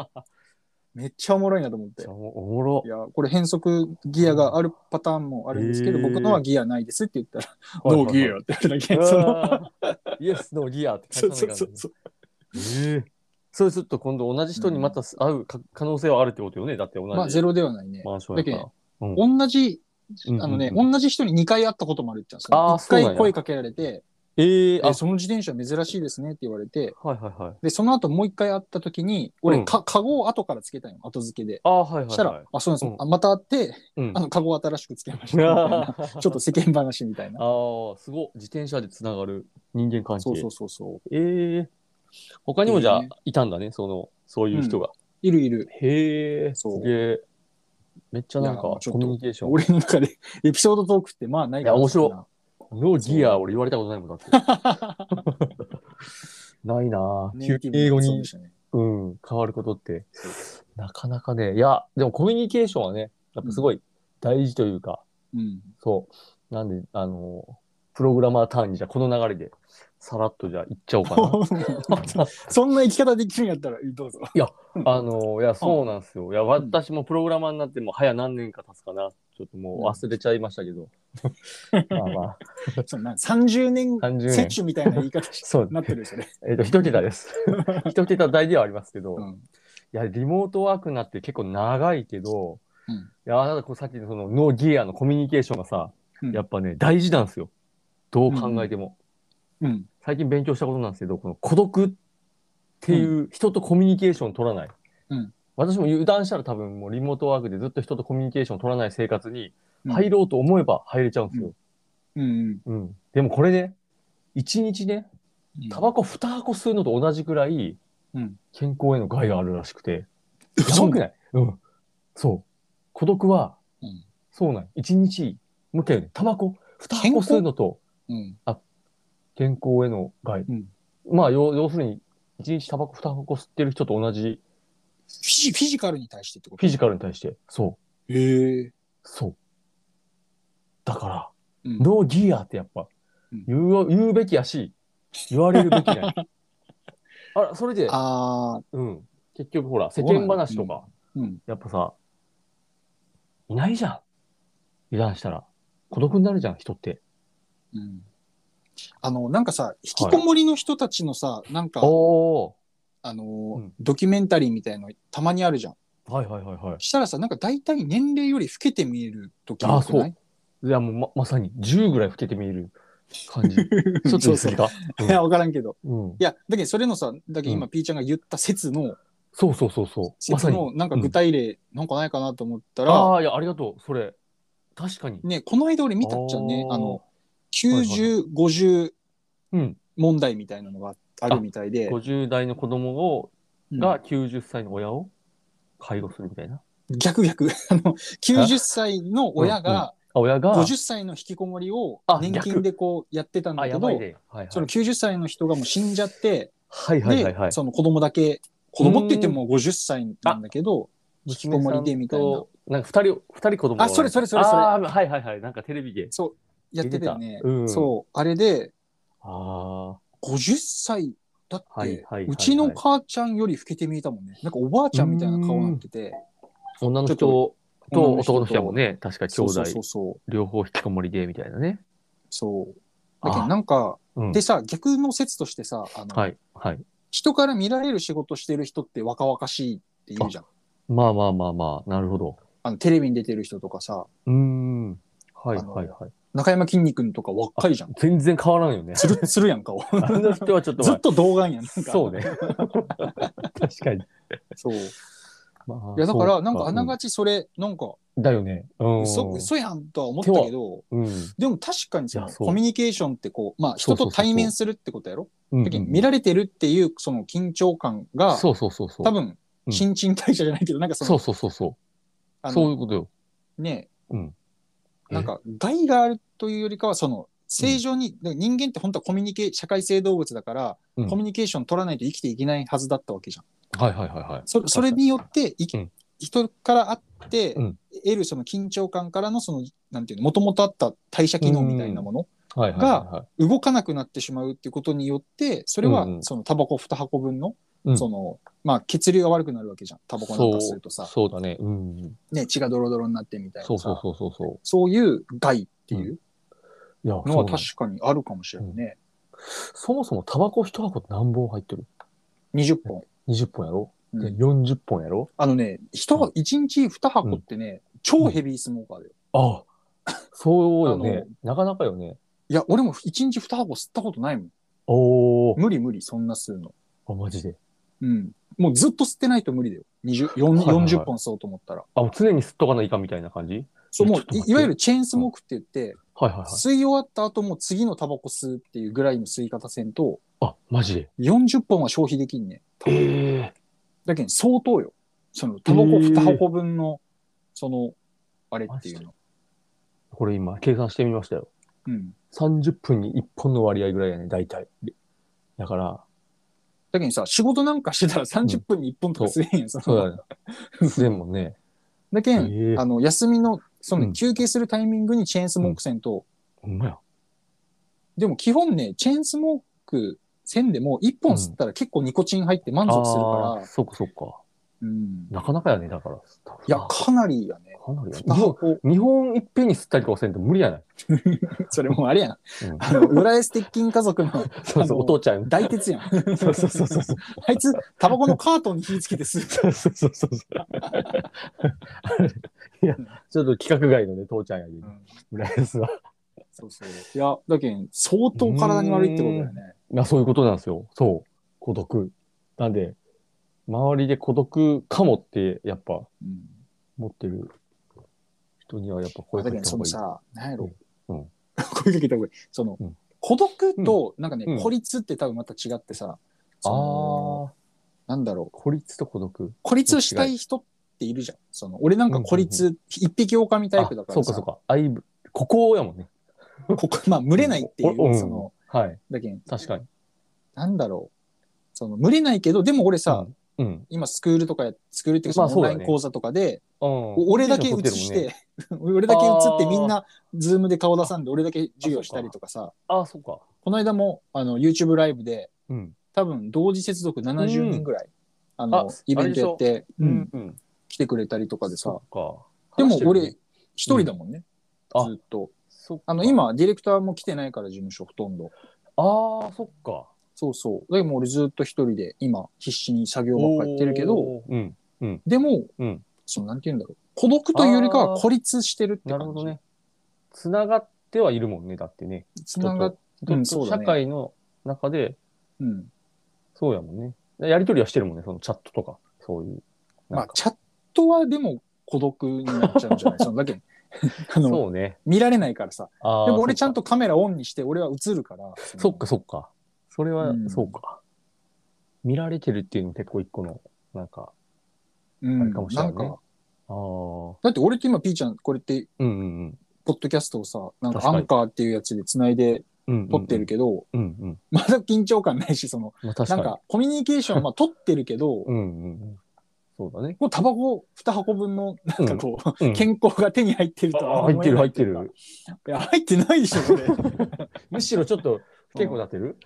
[SPEAKER 2] めっちゃおもろいなと思って。
[SPEAKER 1] おもろ
[SPEAKER 2] い。や、これ変則ギアがあるパターンもあるんですけど、
[SPEAKER 1] へー
[SPEAKER 2] 僕のはギアないですって言ったら、
[SPEAKER 1] はい
[SPEAKER 2] ノ
[SPEAKER 1] は
[SPEAKER 2] ー
[SPEAKER 1] い
[SPEAKER 2] ギアって言った だ け。その
[SPEAKER 1] うわーイエスのギアって
[SPEAKER 2] そ
[SPEAKER 1] 書いうて
[SPEAKER 2] そう
[SPEAKER 1] ある
[SPEAKER 2] そう
[SPEAKER 1] か
[SPEAKER 2] そう。
[SPEAKER 1] らね。それちょっと今度同じ人にまた会うか可能性はあるってことよね。だって同
[SPEAKER 2] まあ、
[SPEAKER 1] じ
[SPEAKER 2] ゼロではないね。
[SPEAKER 1] マンションやから。うん
[SPEAKER 2] 同じ、
[SPEAKER 1] うん
[SPEAKER 2] あのね、
[SPEAKER 1] うん
[SPEAKER 2] 同じ人に2回会ったこともあるって言った
[SPEAKER 1] あー
[SPEAKER 2] んです
[SPEAKER 1] そう
[SPEAKER 2] よ。
[SPEAKER 1] なん
[SPEAKER 2] 1
[SPEAKER 1] や
[SPEAKER 2] 回声かけられて、
[SPEAKER 1] ええ、
[SPEAKER 2] え
[SPEAKER 1] あ、
[SPEAKER 2] その自転車珍しいですねって言われて、
[SPEAKER 1] はいはいはい。
[SPEAKER 2] で、その後もう1回会った時に、
[SPEAKER 1] う
[SPEAKER 2] 俺
[SPEAKER 1] ん
[SPEAKER 2] か、カゴを後からつけたんよ、後付けで。
[SPEAKER 1] あー、はいはいはい。
[SPEAKER 2] したら、あ、そうなんですよ
[SPEAKER 1] うん
[SPEAKER 2] あまた会って、
[SPEAKER 1] うん、
[SPEAKER 2] あ
[SPEAKER 1] あ
[SPEAKER 2] の、カゴ新しくつけましたみた いな。
[SPEAKER 1] ー
[SPEAKER 2] ちょっと世間話みたいな。
[SPEAKER 1] ああ、すごい。自転車でつながる人間関係。
[SPEAKER 2] そうそうそうそう。
[SPEAKER 1] ええ他にもじゃあ、
[SPEAKER 2] いいね
[SPEAKER 1] いたんだね、その、そういう人が。
[SPEAKER 2] いるいる。
[SPEAKER 1] へえ、す
[SPEAKER 2] そう
[SPEAKER 1] げえ。めっちゃなんか
[SPEAKER 2] いやもうちょ
[SPEAKER 1] コ
[SPEAKER 2] っと
[SPEAKER 1] ミュニケーション。
[SPEAKER 2] 俺の中でエピソードトークってまあないか
[SPEAKER 1] い
[SPEAKER 2] ら
[SPEAKER 1] や面白い
[SPEAKER 2] そんな
[SPEAKER 1] ノーギア俺言われたことないもんだ って。ないなぁ
[SPEAKER 2] ネイティブな
[SPEAKER 1] 英語
[SPEAKER 2] そう
[SPEAKER 1] に
[SPEAKER 2] で、したね
[SPEAKER 1] うん、変わることって、なかなかね、いや、でもコミュニケーションはね、やっぱすごい大事というか、
[SPEAKER 2] うん。
[SPEAKER 1] そう。なんで、あの、プログラマー単位じゃ、この流れで、さらっとじゃあ行っちゃおうかな。
[SPEAKER 2] そんな生き方できるんやったら どうぞ。
[SPEAKER 1] あのいや、そうなんですよ。いや、私もプログラマーになっても、早何年か経つかな。ちょっともう忘れちゃいました けど。まあまあ、
[SPEAKER 2] そんな30年
[SPEAKER 1] 30年
[SPEAKER 2] 接種みたいな言い方し
[SPEAKER 1] そう。
[SPEAKER 2] なってるそれ。
[SPEAKER 1] えっ、と、一桁 です。一桁台ではありますけど、
[SPEAKER 2] う
[SPEAKER 1] い
[SPEAKER 2] ん
[SPEAKER 1] や、リモートワークになって結構長いけど、
[SPEAKER 2] うん
[SPEAKER 1] いや、なんかこうさっきのそのノーギアのコミュニケーションがさ、
[SPEAKER 2] うん
[SPEAKER 1] やっぱね、大事なんですよ。どう考えても。
[SPEAKER 2] うん。
[SPEAKER 1] 最近勉強したことなんですけど、この孤独っていう人とコミュニケーション取らない。
[SPEAKER 2] うん
[SPEAKER 1] 私も油断したら多分もうリモートワークでずっと人とコミュニケーション取らない生活に
[SPEAKER 2] うん
[SPEAKER 1] 入ろうと思えば入れちゃうんですよ。
[SPEAKER 2] うんうん。
[SPEAKER 1] うん。でもこれね、一日ね、
[SPEAKER 2] うん
[SPEAKER 1] タバコ2箱吸うのと同じくらい
[SPEAKER 2] うん
[SPEAKER 1] 健康への害があるらしくて。や
[SPEAKER 2] そ
[SPEAKER 1] ば
[SPEAKER 2] う
[SPEAKER 1] くないうん。そう。孤独は、
[SPEAKER 2] うん
[SPEAKER 1] そうなん。一日、もう一回言うね、タバコ2
[SPEAKER 2] 健
[SPEAKER 1] 箱
[SPEAKER 2] 康
[SPEAKER 1] 吸うのと
[SPEAKER 2] うん。
[SPEAKER 1] 健康への害。
[SPEAKER 2] うん
[SPEAKER 1] まあ要、要するに、一日タバコ2箱吸ってる人と同じ
[SPEAKER 2] フィジフィジカルに対してってこと
[SPEAKER 1] フィジカルに対して、そう、
[SPEAKER 2] へえ。
[SPEAKER 1] そう。だから、
[SPEAKER 2] うん
[SPEAKER 1] ノーギアってやっぱ、
[SPEAKER 2] うん
[SPEAKER 1] 言う言うべきやし、言われるべき やあら、それで、
[SPEAKER 2] ああ、
[SPEAKER 1] うん。結局ほら、世
[SPEAKER 2] うなんや
[SPEAKER 1] 間話とか、
[SPEAKER 2] うん。
[SPEAKER 1] やっぱさ、いないじゃん。油断したら。孤独になるじゃん、人って。
[SPEAKER 2] うんあの、なんかさ、引きこもりの人たちのさ、なんか、
[SPEAKER 1] お
[SPEAKER 2] あのー、
[SPEAKER 1] うん
[SPEAKER 2] ドキュメンタリーみたいのたまにあるじゃん。
[SPEAKER 1] ー。はいはいはいはい。
[SPEAKER 2] したらさ、なんか大体年齢より老けて見える時多くない
[SPEAKER 1] いや、もうままさに10ぐらい老けて見える感 じ。ちょっと言い過ぎか。
[SPEAKER 2] いや、わからんけど。
[SPEAKER 1] うん
[SPEAKER 2] いや、だけどそれのさ、だけど今、ピーちゃんが言った説の、
[SPEAKER 1] そうそうそうそう。ま
[SPEAKER 2] 説
[SPEAKER 1] さに。
[SPEAKER 2] の、なんか具体例、なんかないかなと思ったら、
[SPEAKER 1] ああ、いや、ありがとう。それ。確かに。
[SPEAKER 2] ね、この間俺見たっちゃね、
[SPEAKER 1] ー
[SPEAKER 2] あの、、
[SPEAKER 1] はい
[SPEAKER 2] 90、50
[SPEAKER 1] うん。
[SPEAKER 2] 問題みたいなのがあるみたいで、
[SPEAKER 1] 50代の子供を、
[SPEAKER 2] うん
[SPEAKER 1] が90歳の親を介護するみたいな。
[SPEAKER 2] 逆逆、 あの、90歳の親が、
[SPEAKER 1] あ親が、
[SPEAKER 2] 50歳の引きこもりを
[SPEAKER 1] あ
[SPEAKER 2] 年金
[SPEAKER 1] 逆
[SPEAKER 2] でこうやってたん
[SPEAKER 1] あ、
[SPEAKER 2] だけ
[SPEAKER 1] やばい
[SPEAKER 2] ど、
[SPEAKER 1] ね。はい
[SPEAKER 2] そ
[SPEAKER 1] は
[SPEAKER 2] の
[SPEAKER 1] い。
[SPEAKER 2] 90歳の人がもう死んじゃって、
[SPEAKER 1] はいはいはいは
[SPEAKER 2] で、
[SPEAKER 1] い。
[SPEAKER 2] その子供だけ、子供って言っても50歳なんだけど、引きこもりでみたいな。。
[SPEAKER 1] なんか二人、二人子供が
[SPEAKER 2] あそれそれそれそれ
[SPEAKER 1] あーはいはいはい。なんかテレビで。
[SPEAKER 2] そう、やってたよね
[SPEAKER 1] 出て。たうん
[SPEAKER 2] そう、あれで、
[SPEAKER 1] あ
[SPEAKER 2] 50歳だって、
[SPEAKER 1] はいはいはいはいう
[SPEAKER 2] ちの母ちゃんより老けて見えたもんね。なんかおばあちゃんみたいな顔になってて。
[SPEAKER 1] あ。女の人
[SPEAKER 2] ちょ
[SPEAKER 1] と男の人やもんね。確か兄
[SPEAKER 2] そう
[SPEAKER 1] 弟
[SPEAKER 2] そうそうそう。
[SPEAKER 1] 両方引きこもりでみたいなね。
[SPEAKER 2] そう。だけど
[SPEAKER 1] あ
[SPEAKER 2] なんか、
[SPEAKER 1] うん
[SPEAKER 2] でさ、逆の説としてさ、あの、
[SPEAKER 1] はいはい。
[SPEAKER 2] 人から見られる仕事してる人って若々しいって言うじゃん。
[SPEAKER 1] まあまあまあまあ、なるほど。
[SPEAKER 2] あの、テレビに出てる人とかさ、
[SPEAKER 1] うーん。はい
[SPEAKER 2] あの
[SPEAKER 1] はいはい。
[SPEAKER 2] 中山きんに君とか若いじ ゃん。
[SPEAKER 1] 全然変わらんよね。
[SPEAKER 2] つるつるや ん顔。
[SPEAKER 1] あの人はちょっと
[SPEAKER 2] ず
[SPEAKER 1] ま
[SPEAKER 2] っと童顔やん。なんか
[SPEAKER 1] そう。ね。確かに。
[SPEAKER 2] そう。い
[SPEAKER 1] まあ
[SPEAKER 2] や、だか
[SPEAKER 1] そ
[SPEAKER 2] ら、
[SPEAKER 1] う
[SPEAKER 2] なんかあな
[SPEAKER 1] う
[SPEAKER 2] がちそれ、なんか、
[SPEAKER 1] だよね。うん。
[SPEAKER 2] 嘘、嘘やんとは思ったけど、
[SPEAKER 1] うん。
[SPEAKER 2] でも確かにその
[SPEAKER 1] いやそう
[SPEAKER 2] コミュニケーションってこう、まあ
[SPEAKER 1] そ
[SPEAKER 2] 人
[SPEAKER 1] うそうそ
[SPEAKER 2] と
[SPEAKER 1] う
[SPEAKER 2] 対面するってことやろ
[SPEAKER 1] うん
[SPEAKER 2] 時に見られてるっていうその緊張感が、
[SPEAKER 1] そうそうそうそう。
[SPEAKER 2] 多分、
[SPEAKER 1] うん
[SPEAKER 2] 新陳代謝じゃないけど、なんかそ
[SPEAKER 1] そ
[SPEAKER 2] の、
[SPEAKER 1] うそうそうそう。
[SPEAKER 2] あの
[SPEAKER 1] そういうことよ。
[SPEAKER 2] ね、
[SPEAKER 1] うん
[SPEAKER 2] なんか害があるというよりかは、その、正常に、だから人間って本当はコミュニケー社会性動物だから、
[SPEAKER 1] うん
[SPEAKER 2] コミュニケーション取らないと生きていけないはずだったわけじゃん。
[SPEAKER 1] はいはいはいはい。
[SPEAKER 2] そそれによって、いき
[SPEAKER 1] うん
[SPEAKER 2] 人からあって、
[SPEAKER 1] うん
[SPEAKER 2] 得るその緊張感からの、その、なんていうの、もともとあった代謝機能みたいなもの、
[SPEAKER 1] はいはいはいはい。
[SPEAKER 2] 動かなくなってしまうっていうことによって、それは
[SPEAKER 1] うんう、ん
[SPEAKER 2] その、タバコ2箱分の、
[SPEAKER 1] うん
[SPEAKER 2] その、まあ、血流が悪くなるわけじゃん。タバコなんかするとさ、
[SPEAKER 1] そうだね。うん。
[SPEAKER 2] ね、血がドロドロになってみたいなさ。
[SPEAKER 1] そうそうそうそうそ
[SPEAKER 2] そういう害っていう
[SPEAKER 1] う。いや、
[SPEAKER 2] のは
[SPEAKER 1] そうなの
[SPEAKER 2] 確かにあるかもしれないね。
[SPEAKER 1] そもそもタバコ一箱って何本入ってる
[SPEAKER 2] 20本。
[SPEAKER 1] ?20 本やろ
[SPEAKER 2] うん
[SPEAKER 1] で、40本やろ
[SPEAKER 2] あのね、一箱、一日2箱ってね、超ヘビースモーカーだよ。
[SPEAKER 1] ああ。そうよね。なかなかよね。
[SPEAKER 2] いや、俺も一日2箱吸ったことないもん。
[SPEAKER 1] おー。
[SPEAKER 2] 無理無理、そんな吸うの。
[SPEAKER 1] あ、マジで。
[SPEAKER 2] うん。もうずっと吸ってないと無理だよ。20 40
[SPEAKER 1] はいはい
[SPEAKER 2] 40本吸おうと思ったら。
[SPEAKER 1] あ、もう常に吸っとかないかんみたいな感じ
[SPEAKER 2] そう、も
[SPEAKER 1] ち
[SPEAKER 2] う
[SPEAKER 1] ょっと待っ
[SPEAKER 2] い、
[SPEAKER 1] て
[SPEAKER 2] いわゆるチェーンスモークって言って、
[SPEAKER 1] はいはいはい。
[SPEAKER 2] 吸い終わった後も次のタバコ吸うっていうぐらいの吸い方せんと、
[SPEAKER 1] あ、マジで。
[SPEAKER 2] 40本は消費できんね。
[SPEAKER 1] ええ
[SPEAKER 2] だけど相当よ。その、タバコ2箱分の、その、あれっていうの。
[SPEAKER 1] これ今、計算してみましたよ。
[SPEAKER 2] うん。
[SPEAKER 1] 30分に1本の割合ぐらいやね、大体。でだから、
[SPEAKER 2] だけどさ、仕事なんかしてたら30分に1本とか吸えへんやん。その
[SPEAKER 1] そうだね。 吸えんもんね。
[SPEAKER 2] だけん、
[SPEAKER 1] ええ
[SPEAKER 2] あの、休みの、その、
[SPEAKER 1] うん
[SPEAKER 2] 休憩するタイミングにチェーンスモークせんと、
[SPEAKER 1] ほんまや。
[SPEAKER 2] でも基本ね、チェーンスモークせんでも1本吸ったら結構ニコチン入って満足する
[SPEAKER 1] あ
[SPEAKER 2] か
[SPEAKER 1] ーそっかそっか。
[SPEAKER 2] ら、うん。
[SPEAKER 1] なかなかやね、だから。
[SPEAKER 2] いや、
[SPEAKER 1] か
[SPEAKER 2] かなりやね。
[SPEAKER 1] なりやね。
[SPEAKER 2] 二箱
[SPEAKER 1] 日本いっぺんに吸ったりとかせんと無理やない。
[SPEAKER 2] それもうあれやな。
[SPEAKER 1] うん
[SPEAKER 2] あの、浦安鉄筋家族の
[SPEAKER 1] そうそう、
[SPEAKER 2] あの
[SPEAKER 1] お父ちゃん。
[SPEAKER 2] 大鉄や ん。
[SPEAKER 1] そうそうそうそう。
[SPEAKER 2] あいつ、タバコのカートンに火つけて吸う。
[SPEAKER 1] そうそうそう そう。いや、ちょっと規格外のね、父ちゃんやで、
[SPEAKER 2] うん
[SPEAKER 1] 浦安は。
[SPEAKER 2] そうそう。いや、だけん、相当体に悪いってことだよね。
[SPEAKER 1] まあそういうことなんですよ。そう。孤独。なんで、周りで孤独かもって、やっぱ、
[SPEAKER 2] うん。
[SPEAKER 1] 持ってる人にはやっぱ
[SPEAKER 2] ま
[SPEAKER 1] 声
[SPEAKER 2] あだ
[SPEAKER 1] か
[SPEAKER 2] け
[SPEAKER 1] け
[SPEAKER 2] ど
[SPEAKER 1] た
[SPEAKER 2] そ
[SPEAKER 1] 方
[SPEAKER 2] の
[SPEAKER 1] がいい。
[SPEAKER 2] さ、なんやろ。
[SPEAKER 1] うん
[SPEAKER 2] 声かけた方がいい。その、
[SPEAKER 1] うん
[SPEAKER 2] 孤独と、なんかね、
[SPEAKER 1] うん
[SPEAKER 2] 孤立って多分また違ってさ、
[SPEAKER 1] あ
[SPEAKER 2] その
[SPEAKER 1] あ、
[SPEAKER 2] なんだろう、
[SPEAKER 1] 孤立と孤独。
[SPEAKER 2] 孤立したい人っているじゃん。その、俺なんか孤
[SPEAKER 1] う
[SPEAKER 2] 立、一匹狼タイプだから
[SPEAKER 1] あそう
[SPEAKER 2] さ
[SPEAKER 1] かそうか。あいここやもんね。
[SPEAKER 2] ここ、まあ、群れないっていう、
[SPEAKER 1] おお
[SPEAKER 2] その、
[SPEAKER 1] はい。
[SPEAKER 2] だけん
[SPEAKER 1] 確かに。
[SPEAKER 2] なんだろう、その、群れないけど、でも俺さ、
[SPEAKER 1] うん。
[SPEAKER 2] 今スクールとかや、スクールっていうか
[SPEAKER 1] まあ
[SPEAKER 2] そのオ
[SPEAKER 1] そうだ
[SPEAKER 2] ンラ
[SPEAKER 1] ね
[SPEAKER 2] イン講座とかで、
[SPEAKER 1] うん。
[SPEAKER 2] お俺だけ映し
[SPEAKER 1] コミュニケーション取ってるもんね。
[SPEAKER 2] て、俺だけ映って
[SPEAKER 1] あー
[SPEAKER 2] みんな、ズームで顔出さんで、俺だけ授業したりとかさ、
[SPEAKER 1] ああ、そうか。
[SPEAKER 2] この間も、あの、YouTube ライブで、
[SPEAKER 1] うん。
[SPEAKER 2] 多分同時接続70人ぐらい、あ
[SPEAKER 1] あ
[SPEAKER 2] のイベントやって、
[SPEAKER 1] う
[SPEAKER 2] う
[SPEAKER 1] んん。うん。
[SPEAKER 2] 来てくれたりとかでさ
[SPEAKER 1] そっか。
[SPEAKER 2] でも俺
[SPEAKER 1] 話してるね、
[SPEAKER 2] 一人だもんね、
[SPEAKER 1] うんあ
[SPEAKER 2] ずっと
[SPEAKER 1] そっか
[SPEAKER 2] あの。今ディレクターも来てないから事務所ほとんど
[SPEAKER 1] ああ、そっか。
[SPEAKER 2] そうそうでも俺ずっと一人で今必死に作業ばっかりやってるけど
[SPEAKER 1] おー、うん。
[SPEAKER 2] でも、
[SPEAKER 1] うん
[SPEAKER 2] そのなんて言うんだろう孤独というよりかは
[SPEAKER 1] あー
[SPEAKER 2] 孤立してるって
[SPEAKER 1] な
[SPEAKER 2] 感
[SPEAKER 1] るほ
[SPEAKER 2] じ
[SPEAKER 1] どね。つながってはいるもんね、だってね。
[SPEAKER 2] つながっ
[SPEAKER 1] 人
[SPEAKER 2] うんそ
[SPEAKER 1] と
[SPEAKER 2] うだ
[SPEAKER 1] 社
[SPEAKER 2] ね
[SPEAKER 1] 会の中で、
[SPEAKER 2] うん
[SPEAKER 1] そうやもんね。やりとりはしてるもんね、そのチャットとか、そういう。
[SPEAKER 2] ま
[SPEAKER 1] な
[SPEAKER 2] あ
[SPEAKER 1] んか
[SPEAKER 2] チャットはでも孤独になっちゃうんじゃ ないそのだけあの
[SPEAKER 1] そうね。
[SPEAKER 2] 見られないからさ
[SPEAKER 1] ああ。
[SPEAKER 2] でも俺ちゃん
[SPEAKER 1] と。
[SPEAKER 2] とカメラオンにして俺は映るから
[SPEAKER 1] そっか、そっか。それは
[SPEAKER 2] うん、
[SPEAKER 1] そうか。見られてるっていうのも結構一個の、なんか、
[SPEAKER 2] うん
[SPEAKER 1] あれかもしれないね
[SPEAKER 2] んか
[SPEAKER 1] ああ。う
[SPEAKER 2] だって俺って今、ピーちゃん、これって、
[SPEAKER 1] んうんうん。
[SPEAKER 2] ポッドキャストをさ、なんか
[SPEAKER 1] 確
[SPEAKER 2] ア
[SPEAKER 1] かに
[SPEAKER 2] ンカーっていうやつで繋いで
[SPEAKER 1] うんうんうん
[SPEAKER 2] 撮ってる。けど、
[SPEAKER 1] うんうん。
[SPEAKER 2] まだ緊張感ないし、その、
[SPEAKER 1] まあ確
[SPEAKER 2] な
[SPEAKER 1] か
[SPEAKER 2] ん
[SPEAKER 1] に。
[SPEAKER 2] かコミュニケーション、まあ撮ってるけど、
[SPEAKER 1] うんうんうん。そうだね。
[SPEAKER 2] もうタバコ2箱分の、なんかこう、
[SPEAKER 1] うん
[SPEAKER 2] 健康が手に入ってると
[SPEAKER 1] あ
[SPEAKER 2] は
[SPEAKER 1] 入っ
[SPEAKER 2] 思
[SPEAKER 1] て
[SPEAKER 2] え
[SPEAKER 1] る
[SPEAKER 2] な
[SPEAKER 1] 入
[SPEAKER 2] い
[SPEAKER 1] ってる。
[SPEAKER 2] いや、入ってないでしょ、それ。
[SPEAKER 1] むしろちょっと不健康になってる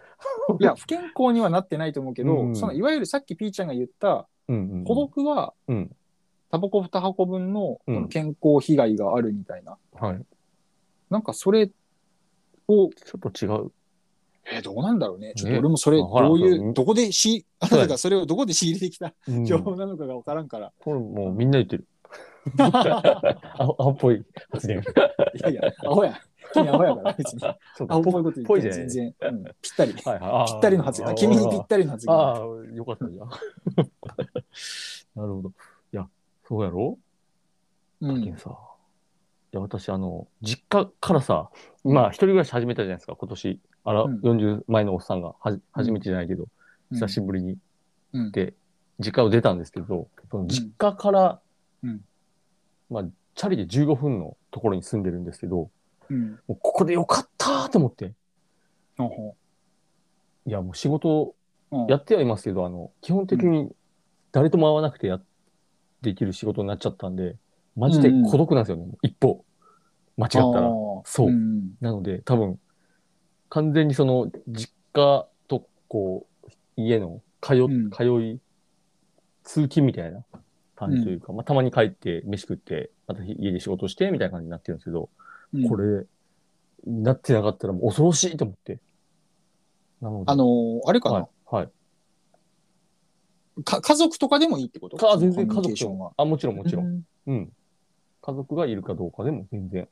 [SPEAKER 2] いや、不健康にはなってないと思うけど、
[SPEAKER 1] うん
[SPEAKER 2] そのいわゆるさっきピーちゃんが言った、
[SPEAKER 1] うんうん。
[SPEAKER 2] 孤独は、
[SPEAKER 1] うん。
[SPEAKER 2] タバコ2箱分のこ
[SPEAKER 1] うん
[SPEAKER 2] の健康被害があるみたいな。
[SPEAKER 1] はい。
[SPEAKER 2] なんかそれを、
[SPEAKER 1] ちょっと違う。
[SPEAKER 2] えーどうなんだろうね。ちょっと
[SPEAKER 1] ね
[SPEAKER 2] 俺もそれ、
[SPEAKER 1] わからん
[SPEAKER 2] どういうう、
[SPEAKER 1] ん
[SPEAKER 2] どこでし、あなたがそれをどこで仕入れてきた
[SPEAKER 1] うん
[SPEAKER 2] 情報なのかがわからんから。
[SPEAKER 1] これもうみんな言 ってる。
[SPEAKER 2] い
[SPEAKER 1] 青青っぽい発言。
[SPEAKER 2] やいや、アホや。君アホやから、別に。
[SPEAKER 1] そうか
[SPEAKER 2] アホっぽいこと
[SPEAKER 1] ぽ
[SPEAKER 2] 言
[SPEAKER 1] い
[SPEAKER 2] っ
[SPEAKER 1] じ
[SPEAKER 2] て
[SPEAKER 1] ゃない
[SPEAKER 2] 全然、うん、ぴったり。ぴ
[SPEAKER 1] はいはい
[SPEAKER 2] ったりの発
[SPEAKER 1] あ
[SPEAKER 2] 言。
[SPEAKER 1] ー
[SPEAKER 2] 君にぴったりの発言。
[SPEAKER 1] ああ、よかったじゃん。 なるほど。いや、そうやろ
[SPEAKER 2] う
[SPEAKER 1] 最近
[SPEAKER 2] ん、
[SPEAKER 1] さ。いや、私、あの、実家からさ、まあ、一人暮らし始めたじゃないですか、今年。あら、
[SPEAKER 2] うん
[SPEAKER 1] 40前のおっさんがはじ、初めてじゃないけど、久しぶりに。
[SPEAKER 2] うん
[SPEAKER 1] で、実家を出たんですけど、その実家から、
[SPEAKER 2] うん
[SPEAKER 1] まあ、チャリで15分のところに住んでるんですけど、も
[SPEAKER 2] うん。
[SPEAKER 1] うここでよかったーと思って。
[SPEAKER 2] ほうほ
[SPEAKER 1] いや、もう仕事
[SPEAKER 2] ううん
[SPEAKER 1] やってはいますけど、あの、基本的に誰とも会わなくてや、できる仕事になっちゃったんで、マジで孤独なんですよね、一歩。間違った
[SPEAKER 2] あ
[SPEAKER 1] ら。
[SPEAKER 2] ー
[SPEAKER 1] そうんなので、多分、完全にその、実家と、こう、家の、通、
[SPEAKER 2] ん
[SPEAKER 1] 通い、通勤みたいな感じというか、まあ、たまに帰って、飯食って、また家で仕事して、みたいな感じになってるんですけど、
[SPEAKER 2] うん
[SPEAKER 1] これ、なってなかったらもう恐ろしいと思って。なので、
[SPEAKER 2] あのーあれかな、
[SPEAKER 1] はい、はい。
[SPEAKER 2] か家族とかでもいいってこと
[SPEAKER 1] か全然家
[SPEAKER 2] コミュニ
[SPEAKER 1] 族
[SPEAKER 2] ケーションは
[SPEAKER 1] と。あ、もちろんもちろん。
[SPEAKER 2] ん。
[SPEAKER 1] うん。家族がいるかどうかでも全然、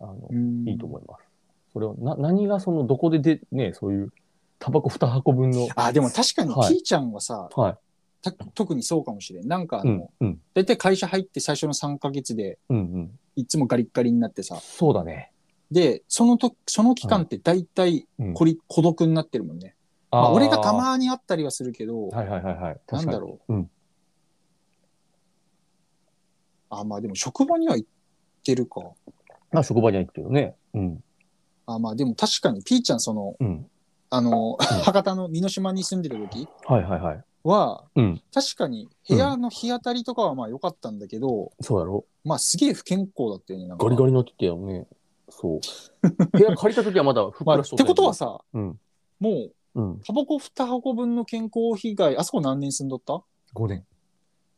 [SPEAKER 1] あの、いいと
[SPEAKER 2] う。
[SPEAKER 1] 思います。それを、な、何がその、どこでで、ね、そういう、タバコ2箱分の、
[SPEAKER 2] あ、でも確かに、
[SPEAKER 1] はい
[SPEAKER 2] ピーちゃんはさ、
[SPEAKER 1] はい。
[SPEAKER 2] た特にそうかもしれん。なんかあ
[SPEAKER 1] う
[SPEAKER 2] の、
[SPEAKER 1] ん、うん、
[SPEAKER 2] 大体会社入って最初の3ヶ月で、
[SPEAKER 1] うん、うん。
[SPEAKER 2] いつもガリッガリになってさ。
[SPEAKER 1] そうだね。
[SPEAKER 2] で、そのと、その期間って大体
[SPEAKER 1] うん
[SPEAKER 2] 孤立、孤独になってるもんね。まあ、俺がたまにあったりはするけど、
[SPEAKER 1] はいはいはいはい。
[SPEAKER 2] なん
[SPEAKER 1] 確か
[SPEAKER 2] だ
[SPEAKER 1] に。
[SPEAKER 2] ろ
[SPEAKER 1] うん
[SPEAKER 2] う。あ、まあでも職場には行ってるか。
[SPEAKER 1] まあ、職場には行くけどね。うん、
[SPEAKER 2] あ、まあでも確かに、ピーちゃん、その、
[SPEAKER 1] うん。
[SPEAKER 2] あの、博多の美濃島に住んでる時
[SPEAKER 1] はいはいはい。
[SPEAKER 2] は、
[SPEAKER 1] うん。
[SPEAKER 2] 確かに部屋の日当たりとかはまあ良かったんだけど、
[SPEAKER 1] そうやろ。
[SPEAKER 2] まあすげえ不健康だったよね。なんか
[SPEAKER 1] ガリガリになってたよね。そう。部屋借りた時はまだふっく
[SPEAKER 2] まあ、
[SPEAKER 1] ら
[SPEAKER 2] っ
[SPEAKER 1] しと
[SPEAKER 2] てことは
[SPEAKER 1] さ、
[SPEAKER 2] さ、
[SPEAKER 1] うん、
[SPEAKER 2] も
[SPEAKER 1] う
[SPEAKER 2] う
[SPEAKER 1] ん。
[SPEAKER 2] タバコ2箱分の健康被害、あそこ何年住んどった
[SPEAKER 1] 5年。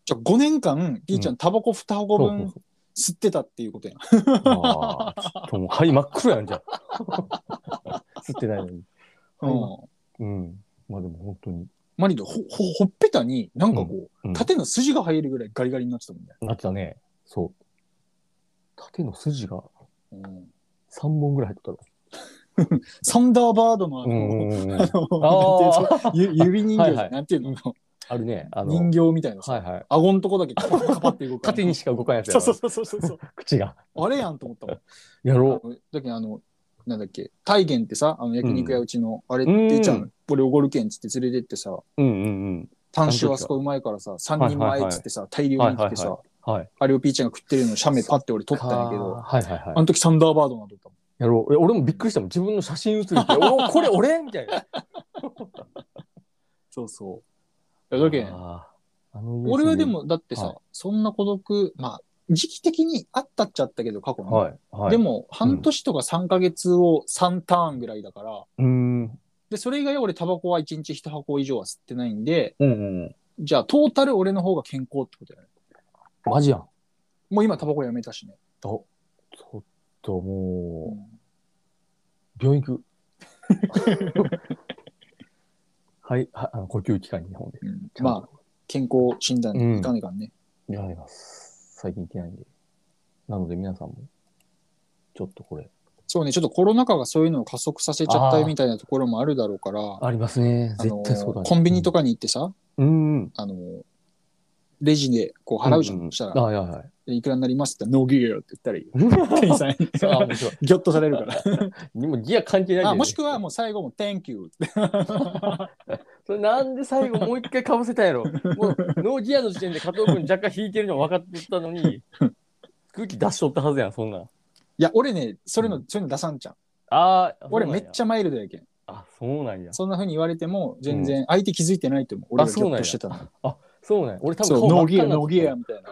[SPEAKER 2] じゃあ5年間、ピーちゃん、タバコ2箱
[SPEAKER 1] そうそう
[SPEAKER 2] 分
[SPEAKER 1] そう。
[SPEAKER 2] 吸ってたっていうことやん。
[SPEAKER 1] ああ、ちょっともう肺真っ黒やんじゃん。 吸ってないのに。
[SPEAKER 2] うん
[SPEAKER 1] うん。まあでも本当に。
[SPEAKER 2] マリド、ほ、ほ、ほっぺたになんかこう、
[SPEAKER 1] うん
[SPEAKER 2] 縦の筋が入るぐらいガリガリになってたもんね。
[SPEAKER 1] なってたね。そう。縦の筋が
[SPEAKER 2] うん、
[SPEAKER 1] 3本ぐらい入ってたろ。
[SPEAKER 2] サンダーバードのあ
[SPEAKER 1] う
[SPEAKER 2] の、
[SPEAKER 1] んうんうんう
[SPEAKER 2] あ
[SPEAKER 1] ん。
[SPEAKER 2] の
[SPEAKER 1] ああ、
[SPEAKER 2] なんていうのゆ指人形じゃん
[SPEAKER 1] はいはい
[SPEAKER 2] なんていうの
[SPEAKER 1] あるね。あの、
[SPEAKER 2] 人形みたいなさ、
[SPEAKER 1] はいはい。
[SPEAKER 2] 顎のとこだけカパカパって動く。
[SPEAKER 1] 縦にしか動かないやつや
[SPEAKER 2] そ
[SPEAKER 1] ろ
[SPEAKER 2] うそうそうそうそう。
[SPEAKER 1] 口が。
[SPEAKER 2] あれやんと思ったもん。
[SPEAKER 1] やろう。
[SPEAKER 2] だけどあの、なんだっけ、大元ってさ、あの焼肉屋うちの、あれ
[SPEAKER 1] うん
[SPEAKER 2] ってちゃん、これおごるけんっつって連れてってさ、
[SPEAKER 1] うんうん
[SPEAKER 2] 単種あそこうまいからさ、3人前っつってさ、大量に来て
[SPEAKER 1] はい
[SPEAKER 2] さ、
[SPEAKER 1] うん。はい。
[SPEAKER 2] あれをピーちゃんが食ってるの写メパって俺撮ったんやけど、
[SPEAKER 1] はいはい
[SPEAKER 2] あ
[SPEAKER 1] はい
[SPEAKER 2] の。時サンダーバードなどったもん。
[SPEAKER 1] やろう。え俺もびっくりしたもん。自分の写真写る って。おこれ俺みたいな。
[SPEAKER 2] そうそう。いやだけん
[SPEAKER 1] あーあの家
[SPEAKER 2] 俺はで、もだってさ、
[SPEAKER 1] はい
[SPEAKER 2] そんな孤独、まあ、時期的にあったっちゃったけど、過去に。
[SPEAKER 1] はい。はい。
[SPEAKER 2] で、も、半年とか3ヶ月を3ターンぐらいだから、
[SPEAKER 1] うーん。
[SPEAKER 2] で、それ以外俺タバコは1日1箱以上は吸ってないんで、
[SPEAKER 1] うんうん。
[SPEAKER 2] じゃあトータル俺の方が健康ってことだよね。
[SPEAKER 1] マジやん。
[SPEAKER 2] もう今タバコやめたしね。
[SPEAKER 1] おちょっと
[SPEAKER 2] う
[SPEAKER 1] も
[SPEAKER 2] ん
[SPEAKER 1] う、病院 行く。はい、はあの呼吸器官日本で。
[SPEAKER 2] うんまあ、健康診断に行かねえかんね。
[SPEAKER 1] あ、やります。最近行けないんで。なので皆さんも、ちょっとこれ。
[SPEAKER 2] そうね、ちょっとコロナ禍がそういうのを加速させちゃったみたいなところもあるだろうから、
[SPEAKER 1] ありますね。
[SPEAKER 2] あの
[SPEAKER 1] 絶対そうだね。
[SPEAKER 2] コンビニと
[SPEAKER 1] か。
[SPEAKER 2] かに行ってさ、
[SPEAKER 1] うん。うん
[SPEAKER 2] あのレジでこう払うじゃん。
[SPEAKER 1] んん
[SPEAKER 2] したら、
[SPEAKER 1] あ、はいはいはい。
[SPEAKER 2] いくらになりますって言ったら、ノーギアって言ったらいいよ。 店 員
[SPEAKER 1] あ、
[SPEAKER 2] さんに
[SPEAKER 1] 面白い。
[SPEAKER 2] ギョッとされるから。
[SPEAKER 1] でもギア関係ないんだよね
[SPEAKER 2] あもしくはもう最後も、Thank you って。
[SPEAKER 1] それなんで最後もう一回かぶせたんや ろ。もうノーギアの時点で加藤君若干引いてるの分かってたのに、空気出しとったはずやん、そんなん。
[SPEAKER 2] いや、俺ね、それの、そういうの出さんじゃん。
[SPEAKER 1] ああ、
[SPEAKER 2] 俺めっち
[SPEAKER 1] ゃ。
[SPEAKER 2] ゃマイルドやけん。
[SPEAKER 1] あ、そうなんや。
[SPEAKER 2] そんな風に言われても、全然相手気づいてないと思う。俺がギョッとしてたの。
[SPEAKER 1] あ、そうね。俺多
[SPEAKER 2] そう、
[SPEAKER 1] 分
[SPEAKER 2] ノー
[SPEAKER 1] 顔
[SPEAKER 2] ギ
[SPEAKER 1] 真
[SPEAKER 2] ア、
[SPEAKER 1] っ赤
[SPEAKER 2] ノーギアみたい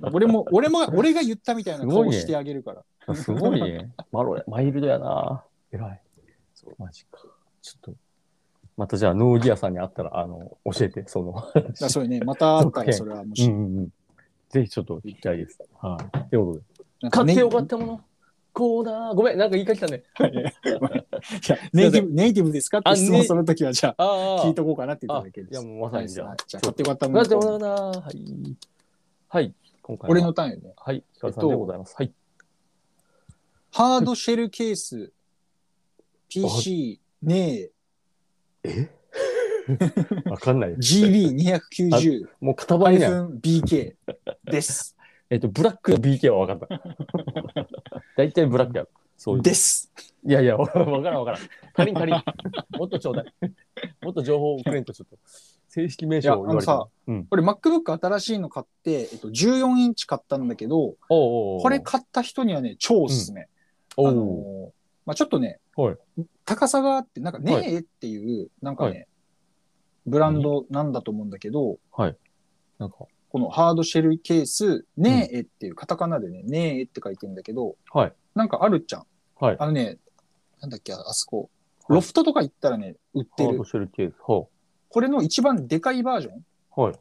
[SPEAKER 2] な。俺も、俺も、俺が言ったみたいな
[SPEAKER 1] すごい
[SPEAKER 2] 顔
[SPEAKER 1] ね
[SPEAKER 2] してあげるから。
[SPEAKER 1] あすごいね。マロや、マイルドやな。偉い。マジか。ちょっと、またじゃあ、ノーギアさんに会ったら、あの、教えて、その
[SPEAKER 2] だからそういうね、またあったらそれは も
[SPEAKER 1] う
[SPEAKER 2] し、
[SPEAKER 1] んうんうん。ぜひちょっと聞きたいです。はい。ということで。
[SPEAKER 2] なん
[SPEAKER 1] 買
[SPEAKER 2] か
[SPEAKER 1] っ
[SPEAKER 2] ね
[SPEAKER 1] てよかったもの。コーナー。ごめん、なんか言いかけたね。
[SPEAKER 2] いやネイティブ、ネイティブですかって質
[SPEAKER 1] あ
[SPEAKER 2] 問
[SPEAKER 1] ね
[SPEAKER 2] するときは、じゃ
[SPEAKER 1] あ
[SPEAKER 2] あ、
[SPEAKER 1] あ。
[SPEAKER 2] 聞いとこうかなっていう
[SPEAKER 1] あ
[SPEAKER 2] だけ
[SPEAKER 1] い
[SPEAKER 2] で
[SPEAKER 1] や、
[SPEAKER 2] す。
[SPEAKER 1] もうまさ
[SPEAKER 2] はい
[SPEAKER 1] にじゃあ。
[SPEAKER 2] じゃあ買ってよかった
[SPEAKER 1] よ
[SPEAKER 2] も
[SPEAKER 1] か
[SPEAKER 2] の
[SPEAKER 1] ったものだな。はい。はい。今回は
[SPEAKER 2] 俺の。ターンよね。
[SPEAKER 1] はい。ヒカルさんでございます。はい。
[SPEAKER 2] ハードシェルケース、PC、ね
[SPEAKER 1] わかんない
[SPEAKER 2] え、。GB290、
[SPEAKER 1] もう片場にない。
[SPEAKER 2] BK です。
[SPEAKER 1] えっと、ブラックの BK は分かった。 大体ブラックや。 そういう。
[SPEAKER 2] です。
[SPEAKER 1] いやいや、わからんわからん。足りん足りん。もっとちょうだい。もっと情報をくれんとちょっと。正式名称を言われて
[SPEAKER 2] いやあの
[SPEAKER 1] も
[SPEAKER 2] さ。
[SPEAKER 1] うん。
[SPEAKER 2] 俺、MacBook 新しいの買って、えっと、14インチ買ったんだけど、
[SPEAKER 1] おうおうおう
[SPEAKER 2] これ買った人にはね、超おすすめ。
[SPEAKER 1] お
[SPEAKER 2] あ
[SPEAKER 1] お。
[SPEAKER 2] のーまあ、ちょっとね、
[SPEAKER 1] はい
[SPEAKER 2] 高さがあって、なんかねえっていう、なんかね、
[SPEAKER 1] は
[SPEAKER 2] ブランドなんだと思うんだけど、
[SPEAKER 1] なんか。
[SPEAKER 2] このハードシェルケース、ねえっていう、カタカナでね、ねえって書いてんだけど、
[SPEAKER 1] はい。
[SPEAKER 2] なんかあるじゃん。
[SPEAKER 1] はい
[SPEAKER 2] あのね、なんだっけ、あそこ。
[SPEAKER 1] はい
[SPEAKER 2] ロフトとか行ったらね、売って
[SPEAKER 1] ハー
[SPEAKER 2] る
[SPEAKER 1] ド。シェルケース。ほ
[SPEAKER 2] これの一番でかいバージョン
[SPEAKER 1] う。はい。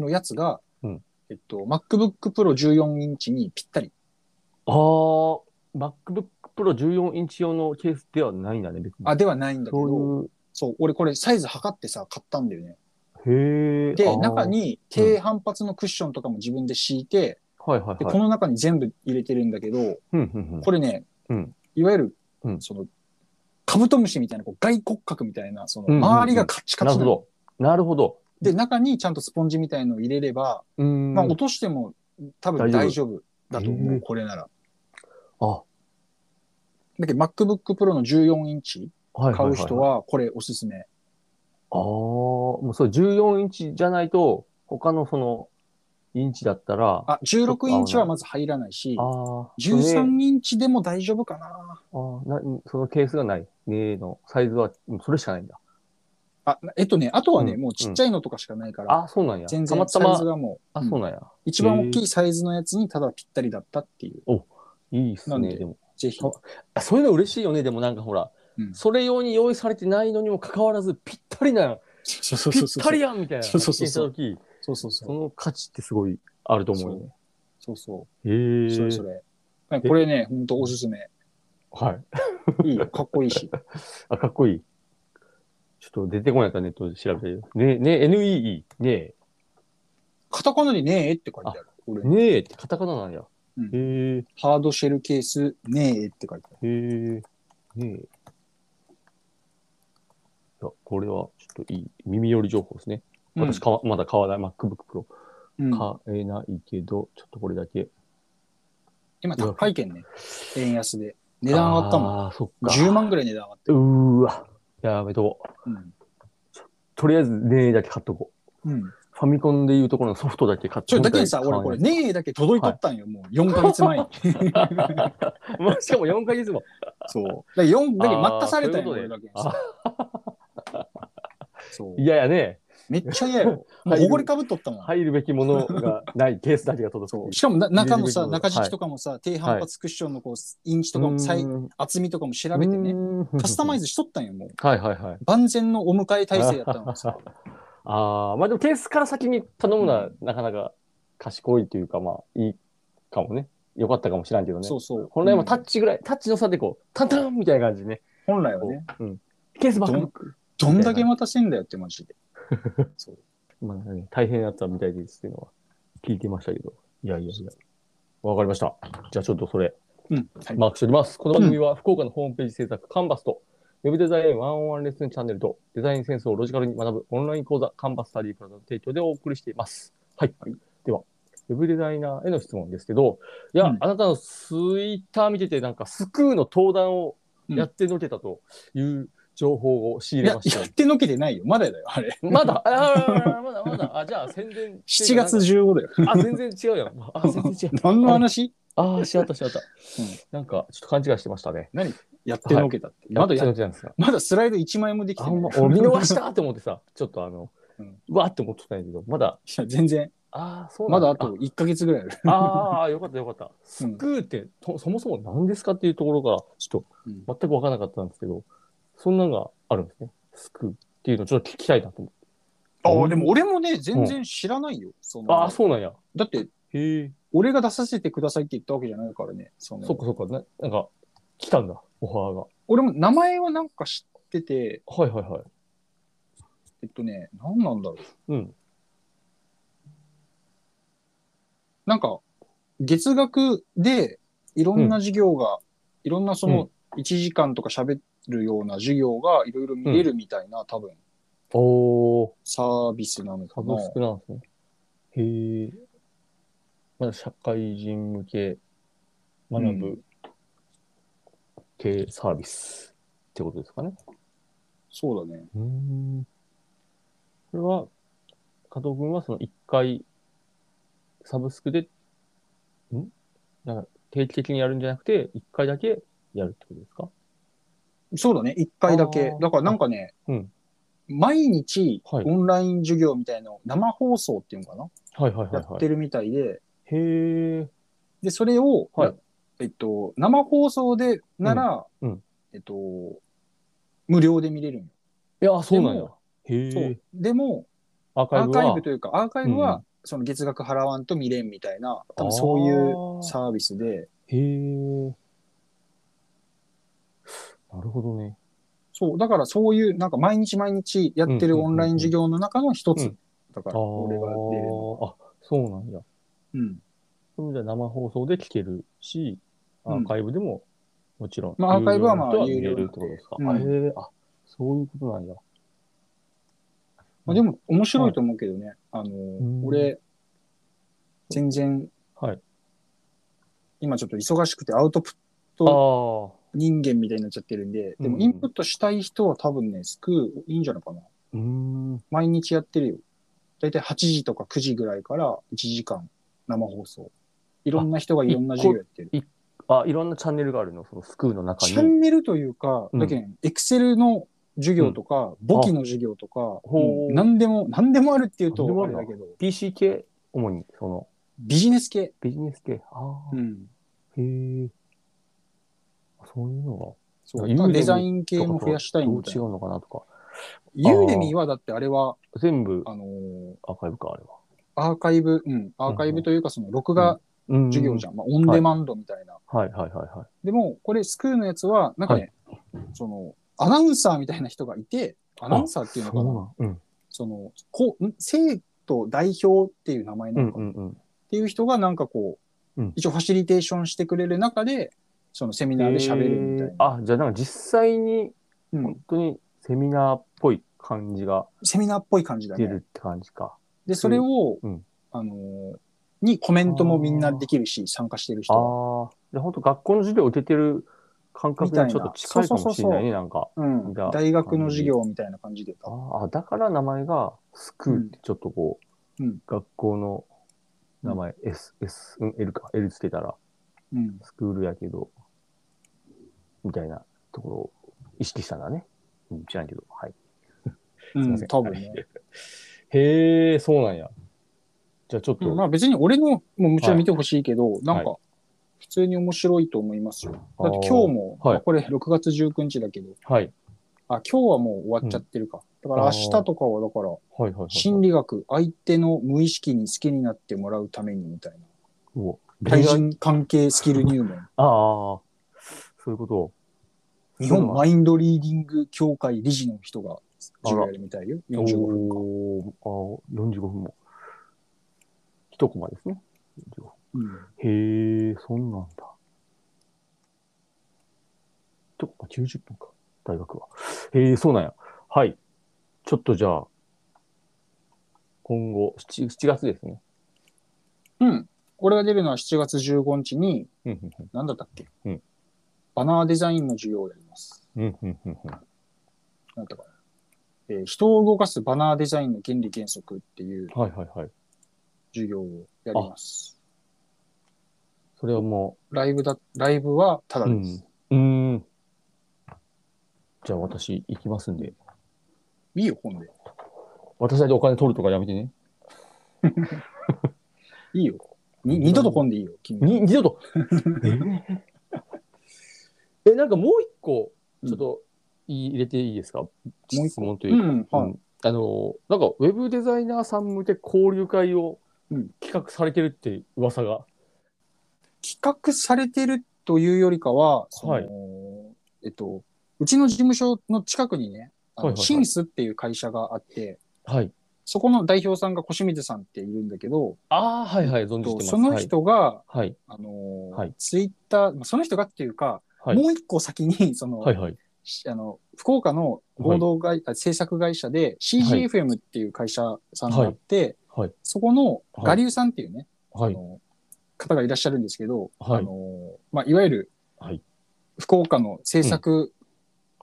[SPEAKER 2] のやつが、
[SPEAKER 1] うん
[SPEAKER 2] えっと、MacBook Pro 14インチにぴったり。
[SPEAKER 1] あー、MacBook Pro 14インチ用のケースではないんだね、別に。
[SPEAKER 2] あ、ではないんだけど、そう
[SPEAKER 1] そう
[SPEAKER 2] 俺これサイズ測ってさ、買ったんだよね。
[SPEAKER 1] いう。へえ。あ
[SPEAKER 2] で、
[SPEAKER 1] ー
[SPEAKER 2] 中。に低反発のクッションとかも自分で敷いて、
[SPEAKER 1] はいはい
[SPEAKER 2] で、
[SPEAKER 1] は
[SPEAKER 2] こ
[SPEAKER 1] い。
[SPEAKER 2] の中に全部入れてるんだけど、
[SPEAKER 1] うんうんうん。
[SPEAKER 2] これね
[SPEAKER 1] うん、
[SPEAKER 2] いわゆる
[SPEAKER 1] う、ん
[SPEAKER 2] その、カブトムシみたいな、こう外骨格みたいな、その、
[SPEAKER 1] うんうんうん
[SPEAKER 2] 周りがカチカ
[SPEAKER 1] なる
[SPEAKER 2] チ
[SPEAKER 1] ほ
[SPEAKER 2] なの
[SPEAKER 1] ど。なるほど。
[SPEAKER 2] で、中にちゃんとスポンジみたいのを入れれば、
[SPEAKER 1] うーん。
[SPEAKER 2] まあ、落としても多分大丈夫だと思
[SPEAKER 1] へ
[SPEAKER 2] う、
[SPEAKER 1] え
[SPEAKER 2] これなら。
[SPEAKER 1] あ、
[SPEAKER 2] だけど、MacBook Pro の14インチ
[SPEAKER 1] はいはいはい。
[SPEAKER 2] 買う人は、これおすすめ。
[SPEAKER 1] ああ、もうそれ14インチじゃないと、他のその、インチだったら、
[SPEAKER 2] あ、16インチはまず入らないし
[SPEAKER 1] あ、ー、ね
[SPEAKER 2] 13インチでも大丈夫かな。
[SPEAKER 1] あーなそのケースがない。ねえの、サイズは、うんそれしかないんだ。
[SPEAKER 2] あ、えっとね、あとはね、
[SPEAKER 1] うん
[SPEAKER 2] もうちっちゃいのとかしかないから、
[SPEAKER 1] あそうなんや。
[SPEAKER 2] 全
[SPEAKER 1] た
[SPEAKER 2] 然
[SPEAKER 1] また
[SPEAKER 2] サイズ
[SPEAKER 1] ま、
[SPEAKER 2] がもう、
[SPEAKER 1] あ、
[SPEAKER 2] うん
[SPEAKER 1] そうなんや。
[SPEAKER 2] 一番大きいサイズのやつにただぴったりだったっていう。
[SPEAKER 1] いいっす
[SPEAKER 2] なんで
[SPEAKER 1] ね、でも。
[SPEAKER 2] ぜひ。
[SPEAKER 1] ああそういうの嬉しいよね、でもなんかほら、
[SPEAKER 2] うん
[SPEAKER 1] それ用に用意されてないのにもかかわらず、ぴったりなん、
[SPEAKER 2] そうそう
[SPEAKER 1] ぴ
[SPEAKER 2] そう
[SPEAKER 1] っ
[SPEAKER 2] そう。
[SPEAKER 1] たりやんみたいな。
[SPEAKER 2] そうそうそうそう
[SPEAKER 1] 発見した時
[SPEAKER 2] そうそうそ。
[SPEAKER 1] そうの価値ってすごいあると思うよね。
[SPEAKER 2] そうそ
[SPEAKER 1] へ
[SPEAKER 2] う。それ
[SPEAKER 1] え
[SPEAKER 2] そ。れ。これね、ほんとおすすめ。
[SPEAKER 1] はい。
[SPEAKER 2] いいよ。かっこいいし。
[SPEAKER 1] あ、かっこいい。ちょっと出てこないからネットで調べて。ね、ね、NEE。ねえ。
[SPEAKER 2] カタカナでねえって書いてある。これ
[SPEAKER 1] ねえってカタカナなんや。
[SPEAKER 2] うん
[SPEAKER 1] へえ、
[SPEAKER 2] ハードシェルケースねえって書いてある。
[SPEAKER 1] へえ、ねえ。いや、これはちょっといい耳寄り情報ですね。私かわ、まだ買わない MacBook Pro。
[SPEAKER 2] うんうん
[SPEAKER 1] 買えないけど、ちょっとこれだけ。
[SPEAKER 2] 今高いけんね。円安で。値段上がったもん。
[SPEAKER 1] ああ、そっか。
[SPEAKER 2] 10万ぐらい値段上がった。
[SPEAKER 1] うーわ。やめとこう。
[SPEAKER 2] うん。
[SPEAKER 1] とりあえずねえだけ買っとこう。
[SPEAKER 2] うん。
[SPEAKER 1] ファミコンでいうところのソフトだけ買っ
[SPEAKER 2] ち
[SPEAKER 1] と
[SPEAKER 2] ょ、
[SPEAKER 1] こう。
[SPEAKER 2] だけにさ、俺これ、ねえだけ届いとったんよ、もう4ヶ 月前に。
[SPEAKER 1] れ。 まあ、しかも4ヶ月も。
[SPEAKER 2] そう。だけど4、だけど
[SPEAKER 1] あー
[SPEAKER 2] 待たされたん
[SPEAKER 1] そ
[SPEAKER 2] よ、
[SPEAKER 1] うい
[SPEAKER 2] 俺
[SPEAKER 1] うこ
[SPEAKER 2] だ
[SPEAKER 1] と
[SPEAKER 2] け
[SPEAKER 1] で
[SPEAKER 2] にさ。そう。
[SPEAKER 1] いやいやね、
[SPEAKER 2] めっちゃ嫌 よ。
[SPEAKER 1] 入
[SPEAKER 2] もう
[SPEAKER 1] る
[SPEAKER 2] おごりかぶっとったもん。
[SPEAKER 1] 入るべきものがないケースだけが届くってい
[SPEAKER 2] そううしかもな中の
[SPEAKER 1] 入
[SPEAKER 2] さ、
[SPEAKER 1] れるべきもの
[SPEAKER 2] 中敷きとかもさ、低反発クッションのこうインチとかも、さい厚みとかも調
[SPEAKER 1] う
[SPEAKER 2] べてね、
[SPEAKER 1] ーん
[SPEAKER 2] カスタマイズしとったんよ、もう。
[SPEAKER 1] はいはいはい。
[SPEAKER 2] 万全のお迎え体制やったの がさ。
[SPEAKER 1] ああ、まあでもケースから先に頼むのはなかなか賢いというか、まあいいかもね。よかったかもしれんけどね
[SPEAKER 2] そ。うそう。
[SPEAKER 1] 本来もタ
[SPEAKER 2] た
[SPEAKER 1] ッチぐらい、タッチの差でこう、タンタンみたいな感じでね。
[SPEAKER 2] 本来は
[SPEAKER 1] こ
[SPEAKER 2] ね、
[SPEAKER 1] ううんケースバック。
[SPEAKER 2] どんだけ待たせんだよって、マジで。そう
[SPEAKER 1] まあね、大変だったみたいですっていうのは聞いてましたけど。いやいやいや。わかりました。じゃあちょっとそれ、
[SPEAKER 2] うん。はい
[SPEAKER 1] マークしております。この番組は福岡のホームページ制作、カンバスと、ウェブデザイン101レッスンチャンネルと、デザインセンスをロジカルに学ぶオンライン講座、カンバスタディプラザの提供でお送りしています。はい。
[SPEAKER 2] はい
[SPEAKER 1] では、ウェブデザイナーへの質問ですけど、いや、
[SPEAKER 2] うん
[SPEAKER 1] あなたのツイッター見てて、なんか、スクーの登壇をやってのけたという情報を仕
[SPEAKER 2] い
[SPEAKER 1] 入れ
[SPEAKER 2] や、
[SPEAKER 1] ました。
[SPEAKER 2] やってのけてないよ。まだだよ、あれ。
[SPEAKER 1] まだ、あーまだまだ、あ、じゃあ宣伝って
[SPEAKER 2] 7
[SPEAKER 1] いうか。
[SPEAKER 2] 月15だよ。
[SPEAKER 1] あ、全然違うやん。あ、全然違う。
[SPEAKER 2] 何の話
[SPEAKER 1] ああ、しあったしあった。
[SPEAKER 2] うん
[SPEAKER 1] なんか、ちょっと勘違いしてましたね。
[SPEAKER 2] やってのけたって。まだ
[SPEAKER 1] や
[SPEAKER 2] や
[SPEAKER 1] ってたんですか。
[SPEAKER 2] まだスライド1枚もでき
[SPEAKER 1] あ
[SPEAKER 2] て
[SPEAKER 1] ほん
[SPEAKER 2] な
[SPEAKER 1] ま
[SPEAKER 2] い、。
[SPEAKER 1] 俺見逃したと思ってさ、ちょっとあの、
[SPEAKER 2] うん
[SPEAKER 1] うわーって思ってたんやけど、まだ、
[SPEAKER 2] いや全然、
[SPEAKER 1] ああ、そうな
[SPEAKER 2] ま
[SPEAKER 1] んだ
[SPEAKER 2] だあと1ヶ月ぐらいある。
[SPEAKER 1] ああ、よかったよかった。ス
[SPEAKER 2] うん
[SPEAKER 1] クーってとそもそも何ですかっていうところが、ちょっ
[SPEAKER 2] うん
[SPEAKER 1] と全く分からなかったんですけど、そんなのがあるんですね。スクーっていうのちょっと聞きたいなと思って。
[SPEAKER 2] ああ、でも俺もね、全然知らないよ。その
[SPEAKER 1] ああ、そうなんや。
[SPEAKER 2] だって、
[SPEAKER 1] へえ。
[SPEAKER 2] 俺が出させてくださいって言ったわけじゃないからね。その
[SPEAKER 1] そっかそっか。ななんか、来たんだ、オファーが。
[SPEAKER 2] 俺も名前はなんか知ってて、
[SPEAKER 1] はいはいはい。
[SPEAKER 2] えっとね、何なんだろう。
[SPEAKER 1] うん。
[SPEAKER 2] なんか、月額でいろんな授業が、いろんなその1時間とか喋るような授業がいろいろ見れるみたいな、多分
[SPEAKER 1] おー、
[SPEAKER 2] サービスなの
[SPEAKER 1] サ
[SPEAKER 2] かな
[SPEAKER 1] ブ。スクなんですね。へえ。まだ社会人向け学
[SPEAKER 2] う
[SPEAKER 1] ぶ系サービスってことですかね。
[SPEAKER 2] そうだね。
[SPEAKER 1] うん。これは、加藤君はその一回、サブスクで、んなんか定期的にやるんじゃなくて、一回だけやるってことですか
[SPEAKER 2] そうだね、1回だけ
[SPEAKER 1] あ。ー
[SPEAKER 2] だからなんかね、
[SPEAKER 1] うん
[SPEAKER 2] 毎日
[SPEAKER 1] はい
[SPEAKER 2] オンライン授業みたいなのを生放送っていうのかな、
[SPEAKER 1] はいはいはい
[SPEAKER 2] やっ
[SPEAKER 1] はい。
[SPEAKER 2] てるみたいで、
[SPEAKER 1] へえ。
[SPEAKER 2] で、それを、
[SPEAKER 1] はい
[SPEAKER 2] やえっと、生放送でなら、
[SPEAKER 1] うんうん
[SPEAKER 2] えっと、無料で見れるんよ
[SPEAKER 1] いや、そうなんや
[SPEAKER 2] で。
[SPEAKER 1] へ
[SPEAKER 2] そう
[SPEAKER 1] え。
[SPEAKER 2] でも、
[SPEAKER 1] アーカ
[SPEAKER 2] ア
[SPEAKER 1] イ
[SPEAKER 2] ー
[SPEAKER 1] ブ
[SPEAKER 2] カイ
[SPEAKER 1] は
[SPEAKER 2] ブというか、アーカイブ
[SPEAKER 1] う
[SPEAKER 2] は、その月額払わんと見れんみたいな、多
[SPEAKER 1] あー
[SPEAKER 2] 分そういうサービスで、
[SPEAKER 1] へえ。なるほどね。
[SPEAKER 2] そう、だからそういう、なんか毎日毎日やって
[SPEAKER 1] うん
[SPEAKER 2] る
[SPEAKER 1] うんうん
[SPEAKER 2] オ
[SPEAKER 1] うん
[SPEAKER 2] ンライン授業の中の一
[SPEAKER 1] う
[SPEAKER 2] つ
[SPEAKER 1] ん。
[SPEAKER 2] だ
[SPEAKER 1] あ
[SPEAKER 2] から、俺が出るの。
[SPEAKER 1] ーあ、そうなんや。
[SPEAKER 2] うん。
[SPEAKER 1] そういう意味では生放送で聞けるし、ア
[SPEAKER 2] うん
[SPEAKER 1] ーカイブでももちろん、
[SPEAKER 2] まあアーカイブはまあ
[SPEAKER 1] 有料の人は見れるってことですか。
[SPEAKER 2] 有料なんで
[SPEAKER 1] へえ、あ、そういうことなんや。
[SPEAKER 2] まあ、でも、面白いと思うけどね。あの
[SPEAKER 1] ん、
[SPEAKER 2] 俺、全然、
[SPEAKER 1] はい。
[SPEAKER 2] 今ちょっと忙しくてアウトプッ
[SPEAKER 1] あ
[SPEAKER 2] ト
[SPEAKER 1] あ、
[SPEAKER 2] 人間みたいになっちゃってるんで、でも
[SPEAKER 1] うん
[SPEAKER 2] インプットしたい人は多分ね、スクーいいんじゃないかな。
[SPEAKER 1] うーん。
[SPEAKER 2] 毎日やってるよ。だいたい8時とか9時ぐらいから1時間生放送。いろんな人がいろんな授業やってる。
[SPEAKER 1] あ、いろんなチャンネルがあるの、そのスクールの中
[SPEAKER 2] チャン
[SPEAKER 1] に。
[SPEAKER 2] ネルというか、
[SPEAKER 1] うん
[SPEAKER 2] だけん、エクセルの授業とか、簿記の授業とか、
[SPEAKER 1] ほう
[SPEAKER 2] うん何でも、何でもあるっていうと
[SPEAKER 1] 何でも、あ
[SPEAKER 2] あ
[SPEAKER 1] る
[SPEAKER 2] れ
[SPEAKER 1] な
[SPEAKER 2] だけど、
[SPEAKER 1] PC 系、主に、その、
[SPEAKER 2] ビジネス系。
[SPEAKER 1] ビジネス系。ああ、
[SPEAKER 2] うん。
[SPEAKER 1] へえ。あそういうのが、
[SPEAKER 2] そう。
[SPEAKER 1] ユーデミー
[SPEAKER 2] デザイン系も増やしたい
[SPEAKER 1] どう
[SPEAKER 2] みたい
[SPEAKER 1] 違
[SPEAKER 2] な。
[SPEAKER 1] うのかなとか。
[SPEAKER 2] ユーデミーはだってあれは、
[SPEAKER 1] 全部
[SPEAKER 2] あのー
[SPEAKER 1] アーカイブか、あれは。
[SPEAKER 2] アーカイブ、うん、アーカイブというか、その、録画
[SPEAKER 1] うん
[SPEAKER 2] 授業じゃん。まあ、オンデマンドみたいな。
[SPEAKER 1] はいはいはいはい。
[SPEAKER 2] でも、これ、スクールのやつは、なんかね、その、アナウンサーみたいな人がいて、アナウンサーっていうのかな、
[SPEAKER 1] うなん。
[SPEAKER 2] その、こうん生徒代表っていう名前
[SPEAKER 1] う
[SPEAKER 2] なんのかな、
[SPEAKER 1] うんうん。
[SPEAKER 2] っていう人が、なんかこう、
[SPEAKER 1] うん
[SPEAKER 2] 一応ファシリテーションしてくれる中で、そのセミナーで喋るみたいな
[SPEAKER 1] え。ーあ、じゃあなんか実際に、
[SPEAKER 2] うん
[SPEAKER 1] 本、当にセミナーっぽい感じが
[SPEAKER 2] セミナーっぽい感じだ
[SPEAKER 1] 出
[SPEAKER 2] ね。
[SPEAKER 1] るって感じか。
[SPEAKER 2] で、それを、
[SPEAKER 1] うん
[SPEAKER 2] あのーにコメントもみんなできるし、参加してる人
[SPEAKER 1] あ
[SPEAKER 2] は。
[SPEAKER 1] あ。で、本当学校の授業を受けてる感覚にちょっと近いかもしれないね、なんか。
[SPEAKER 2] うん、
[SPEAKER 1] だ
[SPEAKER 2] 大学の授業みたいな感じで。
[SPEAKER 1] あーあ、だから名前がスクールってちょっとこう、
[SPEAKER 2] うんうん
[SPEAKER 1] 学校の名前、S、S、うん、L か、L つけたら
[SPEAKER 2] うん、
[SPEAKER 1] スクールやけど、みたいなところを意識したんだね。うん、知らんけど。はい。
[SPEAKER 2] う
[SPEAKER 1] すいま
[SPEAKER 2] ん
[SPEAKER 1] せん
[SPEAKER 2] 多分ね。
[SPEAKER 1] へえ、そうなんや。じゃあちょっと、
[SPEAKER 2] うん
[SPEAKER 1] あ
[SPEAKER 2] まあ別に俺のももちろん見てほしいけど、なん
[SPEAKER 1] は
[SPEAKER 2] か、普通に面白いと思いますよ。
[SPEAKER 1] ー
[SPEAKER 2] だって今日も、
[SPEAKER 1] はい
[SPEAKER 2] まあこれ6月19日だけど、
[SPEAKER 1] はい。
[SPEAKER 2] あ、今日はもう終わっちゃってるか。だから明日とかは、だから、
[SPEAKER 1] はいはいはい、はい。
[SPEAKER 2] 心理学、相手の無意識に好きになってもらうためにみたいな。
[SPEAKER 1] うお
[SPEAKER 2] 対
[SPEAKER 1] 恋愛
[SPEAKER 2] 人関係スキル入門。
[SPEAKER 1] ああ、そういうこと。
[SPEAKER 2] 日本マインドリーディング協会理事の人が授業やるみたいよ。45
[SPEAKER 1] 分
[SPEAKER 2] 分。
[SPEAKER 1] か。おーあー45分も。一コマですね。45
[SPEAKER 2] うん
[SPEAKER 1] 分へえ、そんなんだ。一コマ90分か、大学は。へえ、そうなんや。はい。ちょっとじゃあ、今後、7, 7月ですね。
[SPEAKER 2] うん。俺が出るのは7月15日に、
[SPEAKER 1] うんうんうん
[SPEAKER 2] なんだったっけ、
[SPEAKER 1] うん
[SPEAKER 2] バナーデザインの授業をやります。
[SPEAKER 1] うんうんうんうん。
[SPEAKER 2] なんだかな、えー人を動かすバナーデザインの原理原則っていう
[SPEAKER 1] はいはいはい。
[SPEAKER 2] 授業をやります。
[SPEAKER 1] それはも
[SPEAKER 2] ライブだ、ライブはただ
[SPEAKER 1] う、
[SPEAKER 2] です。
[SPEAKER 1] うーん。じゃあ私行きますんで。
[SPEAKER 2] いいよ、ほんで。
[SPEAKER 1] 私だけお金取るとかやめてね。
[SPEAKER 2] いいよ。に二度と混んでいいよ、君。
[SPEAKER 1] に、二度と。 え、なんかもう一個、ちょっと、い入れていいですか、
[SPEAKER 2] 個
[SPEAKER 1] 質問といううか。
[SPEAKER 2] ん、
[SPEAKER 1] うん
[SPEAKER 2] はい。
[SPEAKER 1] あの、なんか、ウェブデザイナーさん向け交流会を
[SPEAKER 2] うん
[SPEAKER 1] 企画されてるって噂が。
[SPEAKER 2] 企画されてるというよりかは、その
[SPEAKER 1] はい
[SPEAKER 2] えっと、うちの事務所の近くにね、あの
[SPEAKER 1] はいはいはい
[SPEAKER 2] シンスっていう会社があって、
[SPEAKER 1] はい。
[SPEAKER 2] そこの代表さんが小清水さんっているんだけど、
[SPEAKER 1] ああ、はいはい、存じてます。
[SPEAKER 2] その人が、
[SPEAKER 1] はい。
[SPEAKER 2] あのー
[SPEAKER 1] はい
[SPEAKER 2] ツイッター、まあその人がっていうか、
[SPEAKER 1] はい
[SPEAKER 2] もう一個先に、 その、
[SPEAKER 1] はい、はい、はい。
[SPEAKER 2] しあの、福岡の合同会、あ制作会社で CGFM っていう会社さんがあって、
[SPEAKER 1] はいはい
[SPEAKER 2] そこの
[SPEAKER 1] はい
[SPEAKER 2] 我流さんっていうね、
[SPEAKER 1] は
[SPEAKER 2] あ
[SPEAKER 1] い。
[SPEAKER 2] の方がいらっしゃるんですけど、
[SPEAKER 1] はい
[SPEAKER 2] あのーまあ、いわゆる、
[SPEAKER 1] はい
[SPEAKER 2] 福岡の制作、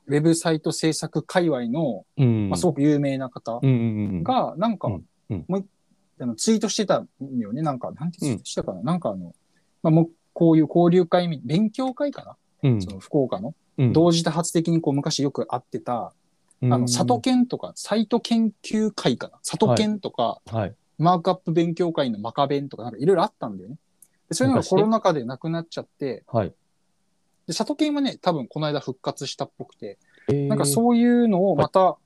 [SPEAKER 2] ウェブサイト制作界隈の、
[SPEAKER 1] うん。
[SPEAKER 2] まあ、すごく有名な方
[SPEAKER 1] うんうんうんうん。
[SPEAKER 2] が、なんか、
[SPEAKER 1] うんうん
[SPEAKER 2] もう一あのツイートしてたんよね、なんか、なんてツイートしたかな、なんかあの、まあ、もうこういう交流会み、勉強会かな、
[SPEAKER 1] うん
[SPEAKER 2] その福岡の、
[SPEAKER 1] うん
[SPEAKER 2] 同時多発的にこう昔よく会ってた、あの、里研とか、サイト研究会かな。里研とか、
[SPEAKER 1] はい。
[SPEAKER 2] マークアップ勉強会のマカ弁とか、なんかいろいろあったんだよね。でそういうのが
[SPEAKER 1] 昔
[SPEAKER 2] コ
[SPEAKER 1] ね
[SPEAKER 2] ロナ禍でなくなっちゃって、
[SPEAKER 1] はい。
[SPEAKER 2] で、里研はね、多分この間復活したっぽくて、
[SPEAKER 1] えー
[SPEAKER 2] なんかそういうのをまた、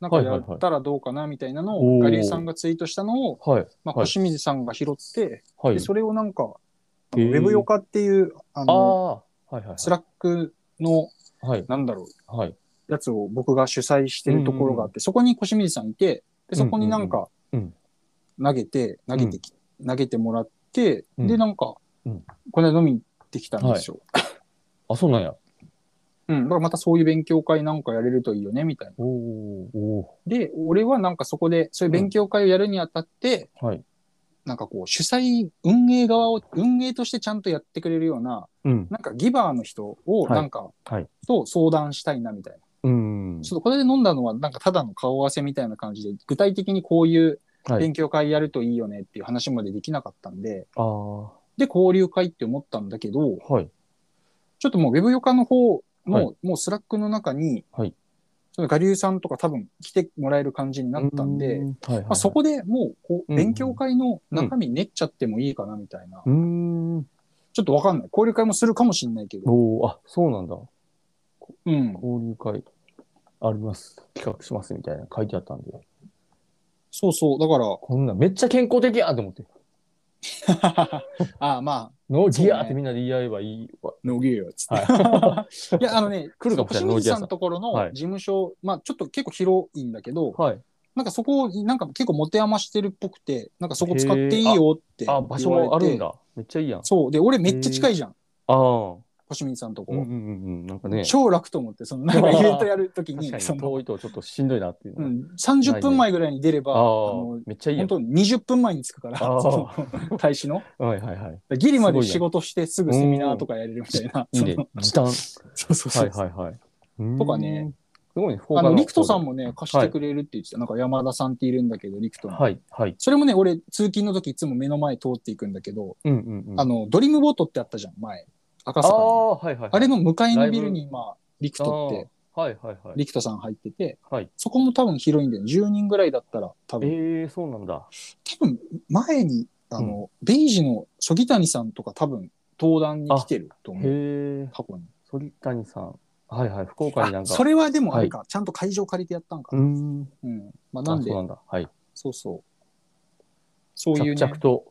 [SPEAKER 2] なんか
[SPEAKER 1] はいは
[SPEAKER 2] や
[SPEAKER 1] いはい
[SPEAKER 2] ったらどうかなみたいなの
[SPEAKER 1] お
[SPEAKER 2] を、
[SPEAKER 1] ー
[SPEAKER 2] ガリューさんがツイートしたのを、
[SPEAKER 1] はい。
[SPEAKER 2] まあ、
[SPEAKER 1] はい
[SPEAKER 2] 小清水さんが拾って、
[SPEAKER 1] はい
[SPEAKER 2] で、。それをなんか、あ
[SPEAKER 1] へ
[SPEAKER 2] の
[SPEAKER 1] ー
[SPEAKER 2] ウェブヨカっていう、あ
[SPEAKER 1] あ
[SPEAKER 2] の、
[SPEAKER 1] あ、はいはいはい。
[SPEAKER 2] スラックの、
[SPEAKER 1] はい。
[SPEAKER 2] なんだろう、
[SPEAKER 1] はい。
[SPEAKER 2] やつを僕が主催してるところがあって、そこに小清水さんいて、で、そこになんか
[SPEAKER 1] うんうん、
[SPEAKER 2] 投げて、投げてき、投げてもらって、
[SPEAKER 1] うん
[SPEAKER 2] で、なんか、
[SPEAKER 1] うん
[SPEAKER 2] この間飲みに行ってきたんですよ。
[SPEAKER 1] あ、そうなんや。
[SPEAKER 2] うん。だからまたそういう勉強会なんかやれるといいよね、みたいな。
[SPEAKER 1] おおお
[SPEAKER 2] で、俺はなんかそこで、そういう勉強会をやるにあたって、
[SPEAKER 1] ーはい。
[SPEAKER 2] なんかこう、主催、運営側を、運営としてちゃんとやってくれるような、
[SPEAKER 1] うん。
[SPEAKER 2] なんかギバーの人を、
[SPEAKER 1] はい
[SPEAKER 2] なんか、
[SPEAKER 1] はい
[SPEAKER 2] と相談したいな、みたいな。
[SPEAKER 1] うん。
[SPEAKER 2] ちょっとこれで飲んだのは、なんかただの顔合わせみたいな感じで、具体的にこういう
[SPEAKER 1] はい。
[SPEAKER 2] 勉強会やるといいよねっていう話までできなかったんで、
[SPEAKER 1] ああ、は
[SPEAKER 2] で、交流会って思ったんだけど、
[SPEAKER 1] い。
[SPEAKER 2] ちょっともうウェブヨカの方の、
[SPEAKER 1] は
[SPEAKER 2] もうスラックの中に、
[SPEAKER 1] はい
[SPEAKER 2] その我流さんとか多分来てもらえる感じになったんで、
[SPEAKER 1] うーん、はいはいはい、
[SPEAKER 2] まあ、そこでもうこ
[SPEAKER 1] う
[SPEAKER 2] うん勉強会の中身練っちゃってもいいかなみたいな、
[SPEAKER 1] うーん。
[SPEAKER 2] ちょっとわかんない。交流会もするかもしんないけど、
[SPEAKER 1] おおあ、そうなんだ。
[SPEAKER 2] うん。
[SPEAKER 1] 交流会あります。企画しますみたいな書いてあったんで。
[SPEAKER 2] そうそう。だか
[SPEAKER 1] こんなんめっちゃ健康的やんと思って。
[SPEAKER 2] ら、ああまあ、
[SPEAKER 1] ノーギアーっ
[SPEAKER 2] そうね
[SPEAKER 1] てみんなで言い合えばいいわ。
[SPEAKER 2] ノーギアつって。
[SPEAKER 1] はい。
[SPEAKER 2] いや、あのね、
[SPEAKER 1] 来るかもしれない農
[SPEAKER 2] 星水さ
[SPEAKER 1] 業屋
[SPEAKER 2] ん
[SPEAKER 1] さん
[SPEAKER 2] のところの
[SPEAKER 1] はい
[SPEAKER 2] 事務所、まあちょっと結構広いんだけど、
[SPEAKER 1] はい。
[SPEAKER 2] なんかそこを、なんか結構持て余してるっぽくて、なんかそこ使っていいよって
[SPEAKER 1] あ、場所
[SPEAKER 2] 言
[SPEAKER 1] もあ
[SPEAKER 2] われて
[SPEAKER 1] るん。だ。めっちゃいいやん。あ
[SPEAKER 2] そう。で、俺めっちゃ近いじゃん。
[SPEAKER 1] あー。
[SPEAKER 2] 星水さんのとこ
[SPEAKER 1] うんうんうんうん。なんかね。
[SPEAKER 2] 超楽と思って、そのなんかイベントやるとき
[SPEAKER 1] 確
[SPEAKER 2] に
[SPEAKER 1] か、に
[SPEAKER 2] その、
[SPEAKER 1] 遠いとちょっとしんどいなっていう
[SPEAKER 2] う
[SPEAKER 1] のが。
[SPEAKER 2] ん、30分前ぐらいに出れば、あ
[SPEAKER 1] ああ
[SPEAKER 2] の、
[SPEAKER 1] めっちゃいいや
[SPEAKER 2] 本
[SPEAKER 1] ん。
[SPEAKER 2] 当に20分前に着くから、
[SPEAKER 1] あー
[SPEAKER 2] その大使の。
[SPEAKER 1] はいはいはい。
[SPEAKER 2] ギリます
[SPEAKER 1] ご
[SPEAKER 2] で
[SPEAKER 1] いやん
[SPEAKER 2] 仕事してすぐセミナーとかやれるみたいな。
[SPEAKER 1] いいね
[SPEAKER 2] その。
[SPEAKER 1] 時短。は
[SPEAKER 2] そうそうそう。
[SPEAKER 1] いはいはい。
[SPEAKER 2] とかね
[SPEAKER 1] うーん。すごいね。福
[SPEAKER 2] あ
[SPEAKER 1] 岡
[SPEAKER 2] の、
[SPEAKER 1] の
[SPEAKER 2] リクトさんもね、貸してくれるって言ってた。なんか山田さんっているんだけど、リクトの。
[SPEAKER 1] はいはい。
[SPEAKER 2] それもね、俺、通勤の時いつも目の前通っていくんだけど、
[SPEAKER 1] うんうんうん。
[SPEAKER 2] あの、ドリームボートってあったじゃん、前。赤
[SPEAKER 1] あ
[SPEAKER 2] 坂に。
[SPEAKER 1] あ、はいはいはい。
[SPEAKER 2] あれの向かい
[SPEAKER 1] ライ
[SPEAKER 2] の
[SPEAKER 1] ブ
[SPEAKER 2] ビルに今、リクトって、
[SPEAKER 1] あーはいはいはい。
[SPEAKER 2] リクトさん入ってて、
[SPEAKER 1] はい
[SPEAKER 2] そこも多分広いんだよね。10人ぐらいだったら、多
[SPEAKER 1] え
[SPEAKER 2] 分、
[SPEAKER 1] えー、そうなんだ。
[SPEAKER 2] 多分、前に、あの、ベイジの初木谷さんとか多分、登壇に来てると思う。
[SPEAKER 1] へえ。
[SPEAKER 2] 過去に。
[SPEAKER 1] 反谷さん。はいはい。福岡にな
[SPEAKER 2] あ、
[SPEAKER 1] んか。
[SPEAKER 2] それはでもあれか、ちゃんと会場借りてやったんか
[SPEAKER 1] うー。ん。
[SPEAKER 2] うん。まあ、
[SPEAKER 1] あ
[SPEAKER 2] なんで
[SPEAKER 1] そう、なんだ。はい。
[SPEAKER 2] そうそう。そういう
[SPEAKER 1] 着
[SPEAKER 2] ね
[SPEAKER 1] 々。と、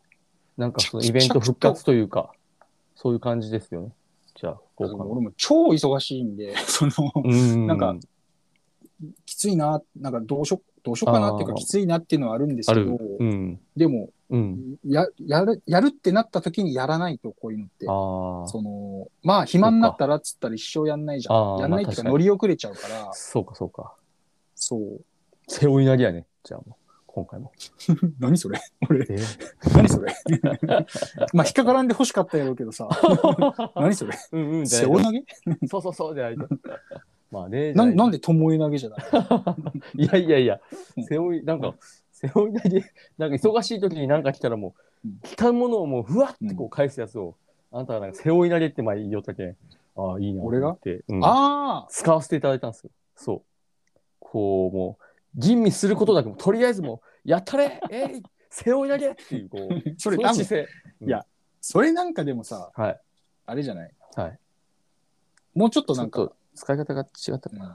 [SPEAKER 1] なんかそのイベント復活というか、そういう感じですよね。じゃあ、福岡の。
[SPEAKER 2] 俺も超忙しい んで、その、
[SPEAKER 1] うーん
[SPEAKER 2] なんか、きついな、なんかどうしよう、どうしようかなっていうか、
[SPEAKER 1] あー
[SPEAKER 2] きついなっていうのはあるんです
[SPEAKER 1] あ
[SPEAKER 2] け
[SPEAKER 1] る。
[SPEAKER 2] ど、
[SPEAKER 1] うん。
[SPEAKER 2] でも、
[SPEAKER 1] うん。
[SPEAKER 2] や、やる、やるってなった時にやらないと、こういうのって。
[SPEAKER 1] ああ。
[SPEAKER 2] その、まあ、暇になったらっつったら一生やんないじゃ
[SPEAKER 1] あ
[SPEAKER 2] ん。
[SPEAKER 1] ー
[SPEAKER 2] やんないっていうか、
[SPEAKER 1] まあ確かに
[SPEAKER 2] 乗り遅れちゃうから、
[SPEAKER 1] そうかそうか。
[SPEAKER 2] そう。
[SPEAKER 1] 背負い投げやね。じゃあもう、今回も。
[SPEAKER 2] 何それ俺、
[SPEAKER 1] え
[SPEAKER 2] 何それ まあ、引っかからんで欲しかったやろうけどさ、 何それ
[SPEAKER 1] うんうん。じゃ
[SPEAKER 2] 背
[SPEAKER 1] あ
[SPEAKER 2] 負い投げ
[SPEAKER 1] そうそうそうじゃないと。まあね。
[SPEAKER 2] な
[SPEAKER 1] じゃあ
[SPEAKER 2] んなんで巴投げじゃない
[SPEAKER 1] いやいやいや
[SPEAKER 2] うん、
[SPEAKER 1] 背負い、なんか、背負い投げ、なんか忙しい時になんか来たらも
[SPEAKER 2] うん
[SPEAKER 1] う、来たものをもう、ふわってこう返すやつを、あんたがなんか背負い投げって前言いよったけん、ああ、いいなと思って。俺
[SPEAKER 2] ああ
[SPEAKER 1] 使わせていただいたんですよ。そう。こう、もう、吟味することだけも、とりあえずもう、やったれえい背負い投げっていう、こ う、
[SPEAKER 2] それ
[SPEAKER 1] の
[SPEAKER 2] 多分、
[SPEAKER 1] 姿勢。
[SPEAKER 2] いやそれなんかでもさ、
[SPEAKER 1] はい。
[SPEAKER 2] あれじゃない
[SPEAKER 1] はい。
[SPEAKER 2] もうちょっと
[SPEAKER 1] ち
[SPEAKER 2] な
[SPEAKER 1] ょっ
[SPEAKER 2] んか、
[SPEAKER 1] と、使い方が違った
[SPEAKER 2] う。ん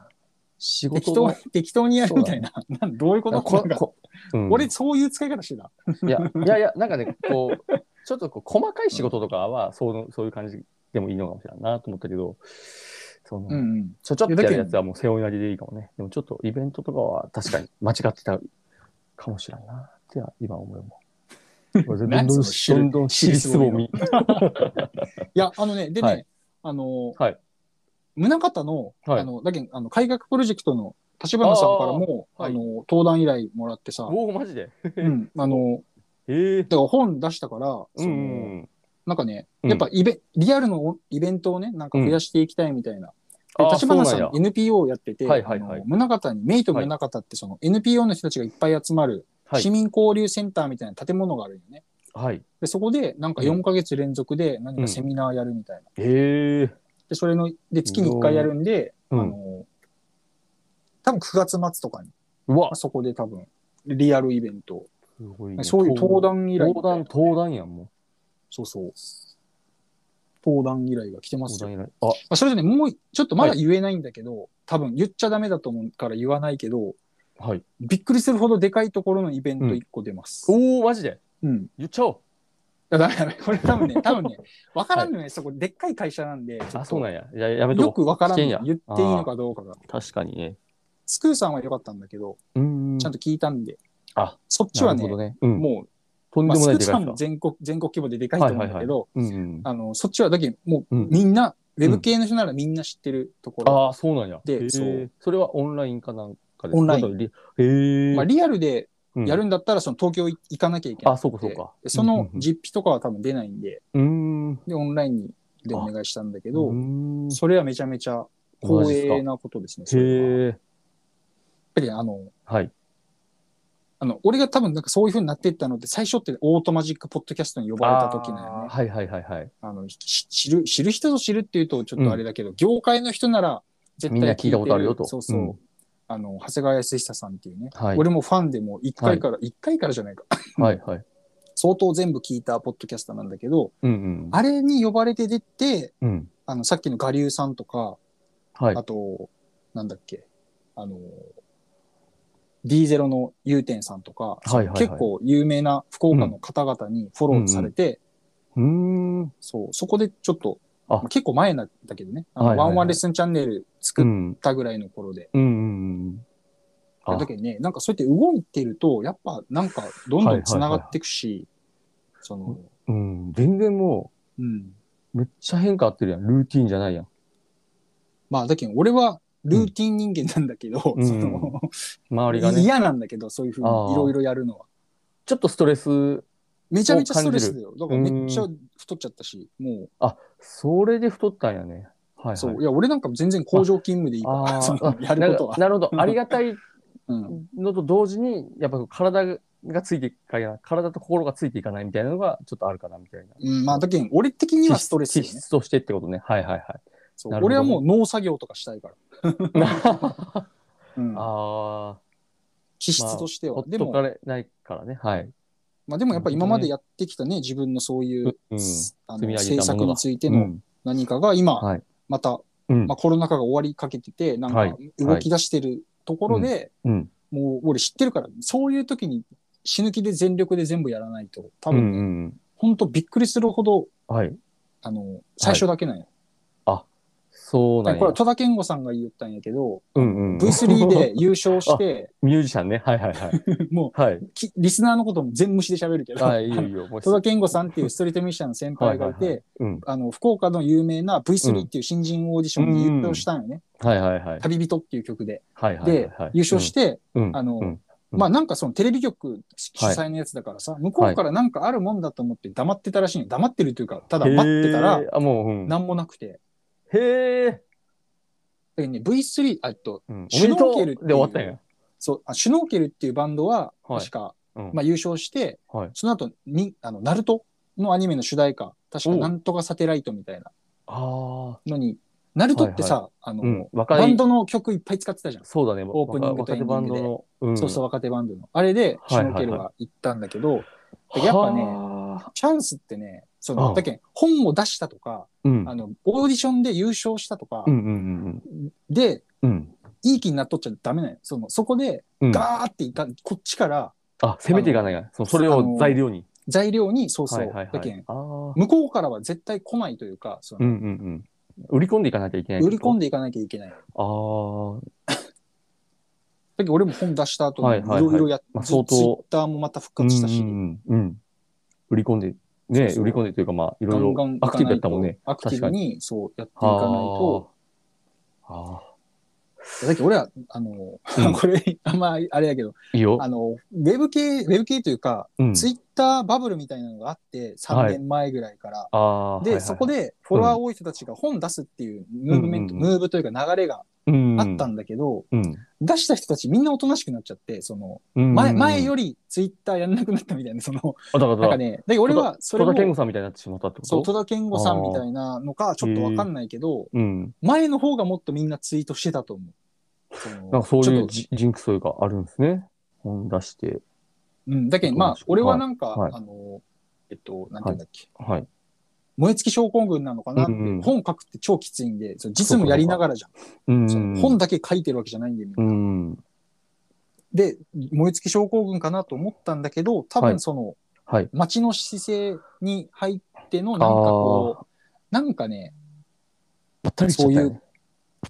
[SPEAKER 1] 仕
[SPEAKER 2] 適
[SPEAKER 1] 事
[SPEAKER 2] 当
[SPEAKER 1] の
[SPEAKER 2] に、適当にやるみたいな。 なんどういうこと
[SPEAKER 1] こ
[SPEAKER 2] なんか
[SPEAKER 1] こうん
[SPEAKER 2] 俺、そういう使い方してた。
[SPEAKER 1] い や、いやいや、なんかね、こう、ちょっとこう細かい仕事とかは、そうのそういう感じでもいいのかもしれないなと思ったけど、その、
[SPEAKER 2] うん
[SPEAKER 1] ちょちょっとやるやつはもう背負い投げでいいかもね。でもちょっとイベントとかは確かに間違ってたかもしれんなっては今思うもん。どんどん、
[SPEAKER 2] 何
[SPEAKER 1] ど
[SPEAKER 2] その汁
[SPEAKER 1] んどん尻すぼみ。
[SPEAKER 2] いや、あのね、でね、
[SPEAKER 1] はい
[SPEAKER 2] あの、
[SPEAKER 1] はい
[SPEAKER 2] 宗方の、
[SPEAKER 1] はい
[SPEAKER 2] あの、だけんあの、改革プロジェクトの立花さんからも、
[SPEAKER 1] あ
[SPEAKER 2] あ,、
[SPEAKER 1] ーはい
[SPEAKER 2] の、登壇依頼もらってさ、
[SPEAKER 1] おお、マジで。
[SPEAKER 2] うん、あの、
[SPEAKER 1] ええ
[SPEAKER 2] だから本出したから、そ
[SPEAKER 1] う
[SPEAKER 2] の
[SPEAKER 1] んうん。
[SPEAKER 2] なんかね、
[SPEAKER 1] うん
[SPEAKER 2] やっぱイベ、リアルのおイベントをね、なんか増やしていきたいみたいな。で
[SPEAKER 1] あー
[SPEAKER 2] 立花さ
[SPEAKER 1] そうなん
[SPEAKER 2] ん
[SPEAKER 1] や
[SPEAKER 2] NPO をやってて、
[SPEAKER 1] はいはいはい
[SPEAKER 2] あの宗方に、メイト宗方ってその NPO の人たちがいっぱい集まる
[SPEAKER 1] は
[SPEAKER 2] 市
[SPEAKER 1] い。
[SPEAKER 2] 民交流センターみたいな建物があるよね。
[SPEAKER 1] はい。
[SPEAKER 2] で、そこでなんか4ヶ月連続で何かセミナーやるみたいな。
[SPEAKER 1] ええ
[SPEAKER 2] で、それの、で、月に1回やるんで、
[SPEAKER 1] う
[SPEAKER 2] あ
[SPEAKER 1] ん。
[SPEAKER 2] の、多分9月末とかに、
[SPEAKER 1] うわ
[SPEAKER 2] まあ、、そこで多分、リアルイベント。
[SPEAKER 1] すごいね
[SPEAKER 2] そういう登壇依頼。
[SPEAKER 1] 登壇、登壇やん、も
[SPEAKER 2] そうそう。登壇依頼が来て
[SPEAKER 1] う。
[SPEAKER 2] ます
[SPEAKER 1] 登
[SPEAKER 2] よ。ま
[SPEAKER 1] 壇依頼。あ、
[SPEAKER 2] あ、それでね、もう、ちょっとまだ言えないんだけど、多分言っちゃダメだと思うから言わないけど、
[SPEAKER 1] はい。
[SPEAKER 2] びっくりするほどでかいところのイベント1個出ます。
[SPEAKER 1] おお、マジで。
[SPEAKER 2] うん。い
[SPEAKER 1] 言っちゃおう。
[SPEAKER 2] や、ダメダメ。これ多分ね、多分ね、わからんのよね、そこ、でっかい会社なんで、ちょ
[SPEAKER 1] あ、
[SPEAKER 2] っ
[SPEAKER 1] そう
[SPEAKER 2] と
[SPEAKER 1] なんや。ややめと
[SPEAKER 2] よ
[SPEAKER 1] こ
[SPEAKER 2] くわからんの
[SPEAKER 1] 危険や
[SPEAKER 2] 言っていいのかどうかが。
[SPEAKER 1] う。確かにね。
[SPEAKER 2] スクーさんは良かったんだけど、
[SPEAKER 1] うーん。
[SPEAKER 2] ちゃんと聞いたんで、
[SPEAKER 1] あ
[SPEAKER 2] そっちは
[SPEAKER 1] な
[SPEAKER 2] ね
[SPEAKER 1] るほ、どね。うん。
[SPEAKER 2] もう、
[SPEAKER 1] とん
[SPEAKER 2] まあ、
[SPEAKER 1] でもな
[SPEAKER 2] スク
[SPEAKER 1] い
[SPEAKER 2] ー
[SPEAKER 1] で
[SPEAKER 2] さ
[SPEAKER 1] か
[SPEAKER 2] ん
[SPEAKER 1] い
[SPEAKER 2] も
[SPEAKER 1] か。
[SPEAKER 2] 全国全国規模ででかいと思うんだけど、
[SPEAKER 1] うんうん。
[SPEAKER 2] あのそっちはだけもう
[SPEAKER 1] うん
[SPEAKER 2] みん
[SPEAKER 1] ん
[SPEAKER 2] な、ウェブ系の人ならみんな知ってるところ、
[SPEAKER 1] ああ、そうなんや。
[SPEAKER 2] で
[SPEAKER 1] へえ
[SPEAKER 2] そう
[SPEAKER 1] それはオンラインかなんかです
[SPEAKER 2] オンライン
[SPEAKER 1] どんどんリへえ。
[SPEAKER 2] まあ、リアルで
[SPEAKER 1] うん
[SPEAKER 2] やるんだったらその東京い行かなきゃいけない
[SPEAKER 1] あ、そうかそうか。
[SPEAKER 2] でその実費とかは多分出ないんで
[SPEAKER 1] うん。う
[SPEAKER 2] でオンラインでお願いしたんだけ
[SPEAKER 1] ー
[SPEAKER 2] ど、
[SPEAKER 1] ん。
[SPEAKER 2] それはめちゃめちゃ
[SPEAKER 1] マジっ
[SPEAKER 2] 光
[SPEAKER 1] すか
[SPEAKER 2] 栄なことですね。それはや
[SPEAKER 1] へ
[SPEAKER 2] っ
[SPEAKER 1] え。
[SPEAKER 2] ぱりあの
[SPEAKER 1] はい。
[SPEAKER 2] あの俺が多分なんかそういうふうになっていったのって最初ってオートマジックポッドキャストに呼ばれた時なの
[SPEAKER 1] あー
[SPEAKER 2] ね。
[SPEAKER 1] はいはいはいはい。
[SPEAKER 2] あのし知る知る人ぞ知るっていうとちょっとあれだけど、業界の人なら絶
[SPEAKER 1] み
[SPEAKER 2] 対
[SPEAKER 1] んな聞いたことあるよと
[SPEAKER 2] そうそう、
[SPEAKER 1] うん
[SPEAKER 2] あの長谷川康久さんっていうね、
[SPEAKER 1] はい
[SPEAKER 2] 俺もファンでも1回から、一1回からじゃないか
[SPEAKER 1] はいはい。
[SPEAKER 2] 相当全部聞いたポッドキャスターなんだけど
[SPEAKER 1] うん
[SPEAKER 2] あれに呼ばれて出て
[SPEAKER 1] うん。うん。
[SPEAKER 2] あのさっきの我流さんとか、
[SPEAKER 1] はい
[SPEAKER 2] あ。となんだっけあの D0 のゆうてんさんとか、
[SPEAKER 1] いはいはい
[SPEAKER 2] 結構有名な福岡の方々にフォローされて、
[SPEAKER 1] うーん。
[SPEAKER 2] そう、そこでちょっと、
[SPEAKER 1] あ
[SPEAKER 2] まあ結構前なんだけどね、あの
[SPEAKER 1] はいはいはい
[SPEAKER 2] ワンワンレッスンチャンネル
[SPEAKER 1] う
[SPEAKER 2] 作っ
[SPEAKER 1] ん。
[SPEAKER 2] たぐらいの頃で。
[SPEAKER 1] うんうんうん。あ
[SPEAKER 2] だけどね、なんかそうやって動いてると、やっぱなんかどんどん繋がっていくし、その、
[SPEAKER 1] うん。全然も
[SPEAKER 2] うん。
[SPEAKER 1] う、めっちゃ変化あってるやん。ルーティンじゃないやん。
[SPEAKER 2] まあだけど俺はルーティン人間なんだけど、
[SPEAKER 1] うん
[SPEAKER 2] その、
[SPEAKER 1] 周りがね。
[SPEAKER 2] 嫌なんだけど、そういうふうにい
[SPEAKER 1] ああ
[SPEAKER 2] ろいろやるのは。
[SPEAKER 1] ちょっとストレス
[SPEAKER 2] めちゃめちゃストレスだよ。だから
[SPEAKER 1] うん
[SPEAKER 2] めっちゃ太っちゃったし、も
[SPEAKER 1] それで太ったんやね。はい、は
[SPEAKER 2] う、
[SPEAKER 1] い。
[SPEAKER 2] そう、いや、俺なんか全然工場勤務でいいか
[SPEAKER 1] あ
[SPEAKER 2] ら、
[SPEAKER 1] ー
[SPEAKER 2] その
[SPEAKER 1] あ
[SPEAKER 2] やることは。
[SPEAKER 1] なるほど。なるほどありがたい
[SPEAKER 2] うん。
[SPEAKER 1] のと同時に、やっぱ体がついていかない、体と心がついていかないみたいなのがちょっとあるかなみたいな。
[SPEAKER 2] うん、まあだけど俺的にはストレス
[SPEAKER 1] 気
[SPEAKER 2] よね。
[SPEAKER 1] 質としてってことね。はいはい
[SPEAKER 2] そう
[SPEAKER 1] なるほどね
[SPEAKER 2] 俺はもう農作業とかしたいから。
[SPEAKER 1] はい。
[SPEAKER 2] うん
[SPEAKER 1] ああ、
[SPEAKER 2] 気質としては。
[SPEAKER 1] ほっ
[SPEAKER 2] で
[SPEAKER 1] と
[SPEAKER 2] も
[SPEAKER 1] か、れないからね。はい。
[SPEAKER 2] まあ、でもやっぱ今までやってきたね、自分のそういう、
[SPEAKER 1] うん
[SPEAKER 2] あ
[SPEAKER 1] 積み
[SPEAKER 2] の
[SPEAKER 1] 上げたものが
[SPEAKER 2] 政策について
[SPEAKER 1] う
[SPEAKER 2] の
[SPEAKER 1] ん。
[SPEAKER 2] 何かが今、
[SPEAKER 1] はい
[SPEAKER 2] また、
[SPEAKER 1] うん
[SPEAKER 2] まあ、。コロナ禍が終わりかけてて、なん
[SPEAKER 1] はい
[SPEAKER 2] か動き出してるところで、
[SPEAKER 1] うん。
[SPEAKER 2] もう俺知ってるから、そういう時に死ぬ気で全力で全部やらないと、多
[SPEAKER 1] うんう
[SPEAKER 2] 分ね、
[SPEAKER 1] ん
[SPEAKER 2] ほんとびっくりするほど、
[SPEAKER 1] うん。はい。
[SPEAKER 2] あの、最初だけなんよ。
[SPEAKER 1] そうなんや
[SPEAKER 2] これは。戸田健吾さんが言ったんやけど、
[SPEAKER 1] うんうん。
[SPEAKER 2] V3 で優 勝して、
[SPEAKER 1] ミュージシャンね。はいはい はい。
[SPEAKER 2] も
[SPEAKER 1] はい。
[SPEAKER 2] うき、リスナーのことも全無視で喋るけど、
[SPEAKER 1] はい、いいよいいよ。もう
[SPEAKER 2] 戸田健吾さんっていうストリートミュージシャンの先輩がいて、
[SPEAKER 1] はいはいうん。
[SPEAKER 2] あの、福岡の有名な V3 っていう新人オーディションで優勝したんよね。
[SPEAKER 1] はいはいはい。
[SPEAKER 2] 旅人っていう曲で。
[SPEAKER 1] はいはいはい
[SPEAKER 2] で
[SPEAKER 1] はい。、
[SPEAKER 2] 優勝して、
[SPEAKER 1] うん、
[SPEAKER 2] あの
[SPEAKER 1] うんうん
[SPEAKER 2] まあなんかそのテレビ局主
[SPEAKER 1] はい
[SPEAKER 2] 催のやつだからさ、向こうからなんかあるもんだと思って黙ってたらしいの。黙ってるというか、ただ待ってたら
[SPEAKER 1] へー、あ、もう、うん。
[SPEAKER 2] なんもなくて。
[SPEAKER 1] へえ、
[SPEAKER 2] でね、V3、あえっと、
[SPEAKER 1] うんお
[SPEAKER 2] シ
[SPEAKER 1] めで
[SPEAKER 2] ュノ
[SPEAKER 1] と
[SPEAKER 2] ーケルっ
[SPEAKER 1] う
[SPEAKER 2] ていう
[SPEAKER 1] で終わったんや。
[SPEAKER 2] そう、あシュノーケルっていうバンドは、
[SPEAKER 1] はい
[SPEAKER 2] 確か、
[SPEAKER 1] うん
[SPEAKER 2] まあ優勝して、
[SPEAKER 1] はい
[SPEAKER 2] その後に、あの、ナルトのアニメの主題歌、確かなんとかサテライトみたいな
[SPEAKER 1] ああ、
[SPEAKER 2] のにナルトってさ、あの、
[SPEAKER 1] うん、若い。
[SPEAKER 2] バンドの曲いっぱい使ってたじゃん。
[SPEAKER 1] そうだね、
[SPEAKER 2] オープニングとエンディングで
[SPEAKER 1] 若手バンドの、うん、
[SPEAKER 2] そうそう、若手バンドの。あれで、シ
[SPEAKER 1] はいはいはい
[SPEAKER 2] ュノーケルは行ったんだけど、やっぱね
[SPEAKER 1] はあ
[SPEAKER 2] チャンスってね、そうの、
[SPEAKER 1] ん
[SPEAKER 2] だけん本を出したとか、
[SPEAKER 1] うん。
[SPEAKER 2] あの、オーディションで優勝したとか
[SPEAKER 1] う、んうん
[SPEAKER 2] で、
[SPEAKER 1] うんうん。
[SPEAKER 2] いい気になっとっちゃダメなのよ。その、そこで、
[SPEAKER 1] うん。
[SPEAKER 2] ガーっていか、こっちから
[SPEAKER 1] あ、攻めていかないから。そのそれ
[SPEAKER 2] あ
[SPEAKER 1] を
[SPEAKER 2] の
[SPEAKER 1] 材料に。
[SPEAKER 2] 材料に、そうそ
[SPEAKER 1] は
[SPEAKER 2] う、
[SPEAKER 1] いはい
[SPEAKER 2] だ
[SPEAKER 1] は
[SPEAKER 2] け
[SPEAKER 1] い
[SPEAKER 2] ん。、
[SPEAKER 1] ああ。
[SPEAKER 2] 向こうからは絶対来ないというか、そ
[SPEAKER 1] うんう
[SPEAKER 2] の、
[SPEAKER 1] んうん。売り込んでいかなきゃいけない。
[SPEAKER 2] 売り込ん
[SPEAKER 1] で。
[SPEAKER 2] でいかなきゃいけない。
[SPEAKER 1] ああ。
[SPEAKER 2] だけど俺も本出した後
[SPEAKER 1] は
[SPEAKER 2] に
[SPEAKER 1] い
[SPEAKER 2] い
[SPEAKER 1] はいはい
[SPEAKER 2] ろいろやっ
[SPEAKER 1] まあ
[SPEAKER 2] て、ツイ
[SPEAKER 1] 相当
[SPEAKER 2] ッターもまた復活したし、
[SPEAKER 1] うんうんうんうん売り込んで、ね
[SPEAKER 2] そうそう
[SPEAKER 1] 売り込んでというか、まあ、い
[SPEAKER 2] ガ
[SPEAKER 1] ろい
[SPEAKER 2] ンガン
[SPEAKER 1] ろアクティブやったもんね。
[SPEAKER 2] 行かないとアクティブにそうやっていかない
[SPEAKER 1] は
[SPEAKER 2] と。
[SPEAKER 1] あ。あ
[SPEAKER 2] だけど俺は、あの、
[SPEAKER 1] うん
[SPEAKER 2] これ、あんまあれやけど、
[SPEAKER 1] あ。いいよ
[SPEAKER 2] あ。の、ウェブ系、ウェブ系というか、
[SPEAKER 1] うん
[SPEAKER 2] ツイッターバブルみたいなのがあって、3年前ぐらいから。
[SPEAKER 1] ああ。
[SPEAKER 2] で、
[SPEAKER 1] はいはいはい
[SPEAKER 2] そこ、でフォロワー多い人たちが本出すっていうムーブメント、
[SPEAKER 1] うんうんうん
[SPEAKER 2] ムーブというか流れが
[SPEAKER 1] うん
[SPEAKER 2] あったんだけど、
[SPEAKER 1] うん。
[SPEAKER 2] 出した人たちみんなおとなしくなっちゃって、その、
[SPEAKER 1] うん
[SPEAKER 2] 前、前よ
[SPEAKER 1] り。
[SPEAKER 2] りツイッターやんなくなったみたいな、その、
[SPEAKER 1] あ、だから、
[SPEAKER 2] なん
[SPEAKER 1] だか
[SPEAKER 2] からね、だけど俺はそれ
[SPEAKER 1] 戸
[SPEAKER 2] も
[SPEAKER 1] 田、健吾さんみたいになってしまったってこと
[SPEAKER 2] そう、戸田健吾さんみたいなのか、ちょっとわかんないけど、
[SPEAKER 1] うん。
[SPEAKER 2] 前の方がもっとみんなツイートしてたと思う。その
[SPEAKER 1] なんかそう
[SPEAKER 2] ち
[SPEAKER 1] い
[SPEAKER 2] ょ
[SPEAKER 1] う
[SPEAKER 2] っと
[SPEAKER 1] ジジンクスというか、あるんですね。本出して。
[SPEAKER 2] うん、だけど、
[SPEAKER 1] ちょっと
[SPEAKER 2] まあ、俺はなんか、
[SPEAKER 1] はいはい
[SPEAKER 2] あの、えっと、なんていうんだっけ、
[SPEAKER 1] はい。
[SPEAKER 2] 燃え尽き症候群なのかなって、
[SPEAKER 1] うんうん
[SPEAKER 2] 本書くって超きついんで、その実務やりながらじゃん。
[SPEAKER 1] うん
[SPEAKER 2] その本だけ書いてるわけじゃないんで、みんな
[SPEAKER 1] うん。
[SPEAKER 2] で、燃え尽き症候群かなと思ったんだけど、多
[SPEAKER 1] はい
[SPEAKER 2] 分その、
[SPEAKER 1] はい。
[SPEAKER 2] 街の姿勢に入っての、なんか
[SPEAKER 1] あ
[SPEAKER 2] こう、なんかね、
[SPEAKER 1] ばったりしちゃったよね。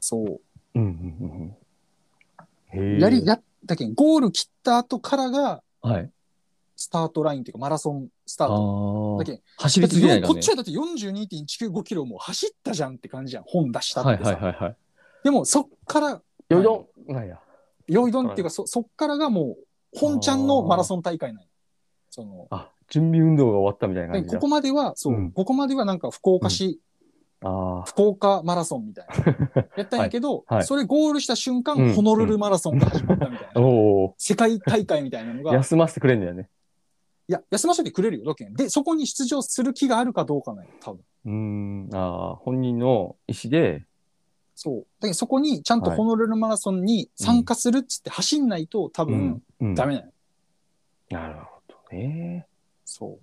[SPEAKER 2] そう、
[SPEAKER 1] うんうんうんうん。へえ。
[SPEAKER 2] やり、やったけん、ゴール切った後からが、
[SPEAKER 1] はい。
[SPEAKER 2] スタートラインっていうか、マラソンスタ
[SPEAKER 1] あ
[SPEAKER 2] ート。
[SPEAKER 1] あ
[SPEAKER 2] だ。けん
[SPEAKER 1] 走り
[SPEAKER 2] だって
[SPEAKER 1] 続けないから
[SPEAKER 2] こ
[SPEAKER 1] ね
[SPEAKER 2] っち。はだって42.195キロもう走ったじゃんって感じじゃん。本出したって
[SPEAKER 1] は
[SPEAKER 2] さ。
[SPEAKER 1] いはいはいはい。
[SPEAKER 2] でもそっから、
[SPEAKER 1] よいどんなんや。
[SPEAKER 2] よいどんっていうか、そそっからがもう、本ちゃんのマラソン大会なんよその、
[SPEAKER 1] あ、準備運動が終わったみたいな
[SPEAKER 2] で
[SPEAKER 1] 感じ
[SPEAKER 2] こ
[SPEAKER 1] だ。
[SPEAKER 2] こまでは、そう、
[SPEAKER 1] うん
[SPEAKER 2] ここまではなんか福岡市、
[SPEAKER 1] あ
[SPEAKER 2] 福岡マラソンみたい な。やったんやけ
[SPEAKER 1] は
[SPEAKER 2] ど、
[SPEAKER 1] いはい
[SPEAKER 2] それゴールした瞬間、
[SPEAKER 1] うん
[SPEAKER 2] ホノルルマラソンが始まったみたい
[SPEAKER 1] あ。
[SPEAKER 2] な。
[SPEAKER 1] お
[SPEAKER 2] 世界大会みたいなの
[SPEAKER 1] お。
[SPEAKER 2] が、い
[SPEAKER 1] 休ませてくれんだよね。
[SPEAKER 2] や、休ませてくれるよ、ロケン。で、そこに出場する気があるかどうかなんよ、多分。
[SPEAKER 1] うーん。ああ、本人の意思で。
[SPEAKER 2] そう。だけどそこにちゃんと
[SPEAKER 1] はい
[SPEAKER 2] ホノルルマラソンに参加するっつって走んないと多分
[SPEAKER 1] うん。
[SPEAKER 2] ダメなの。
[SPEAKER 1] なるほどね。
[SPEAKER 2] そう。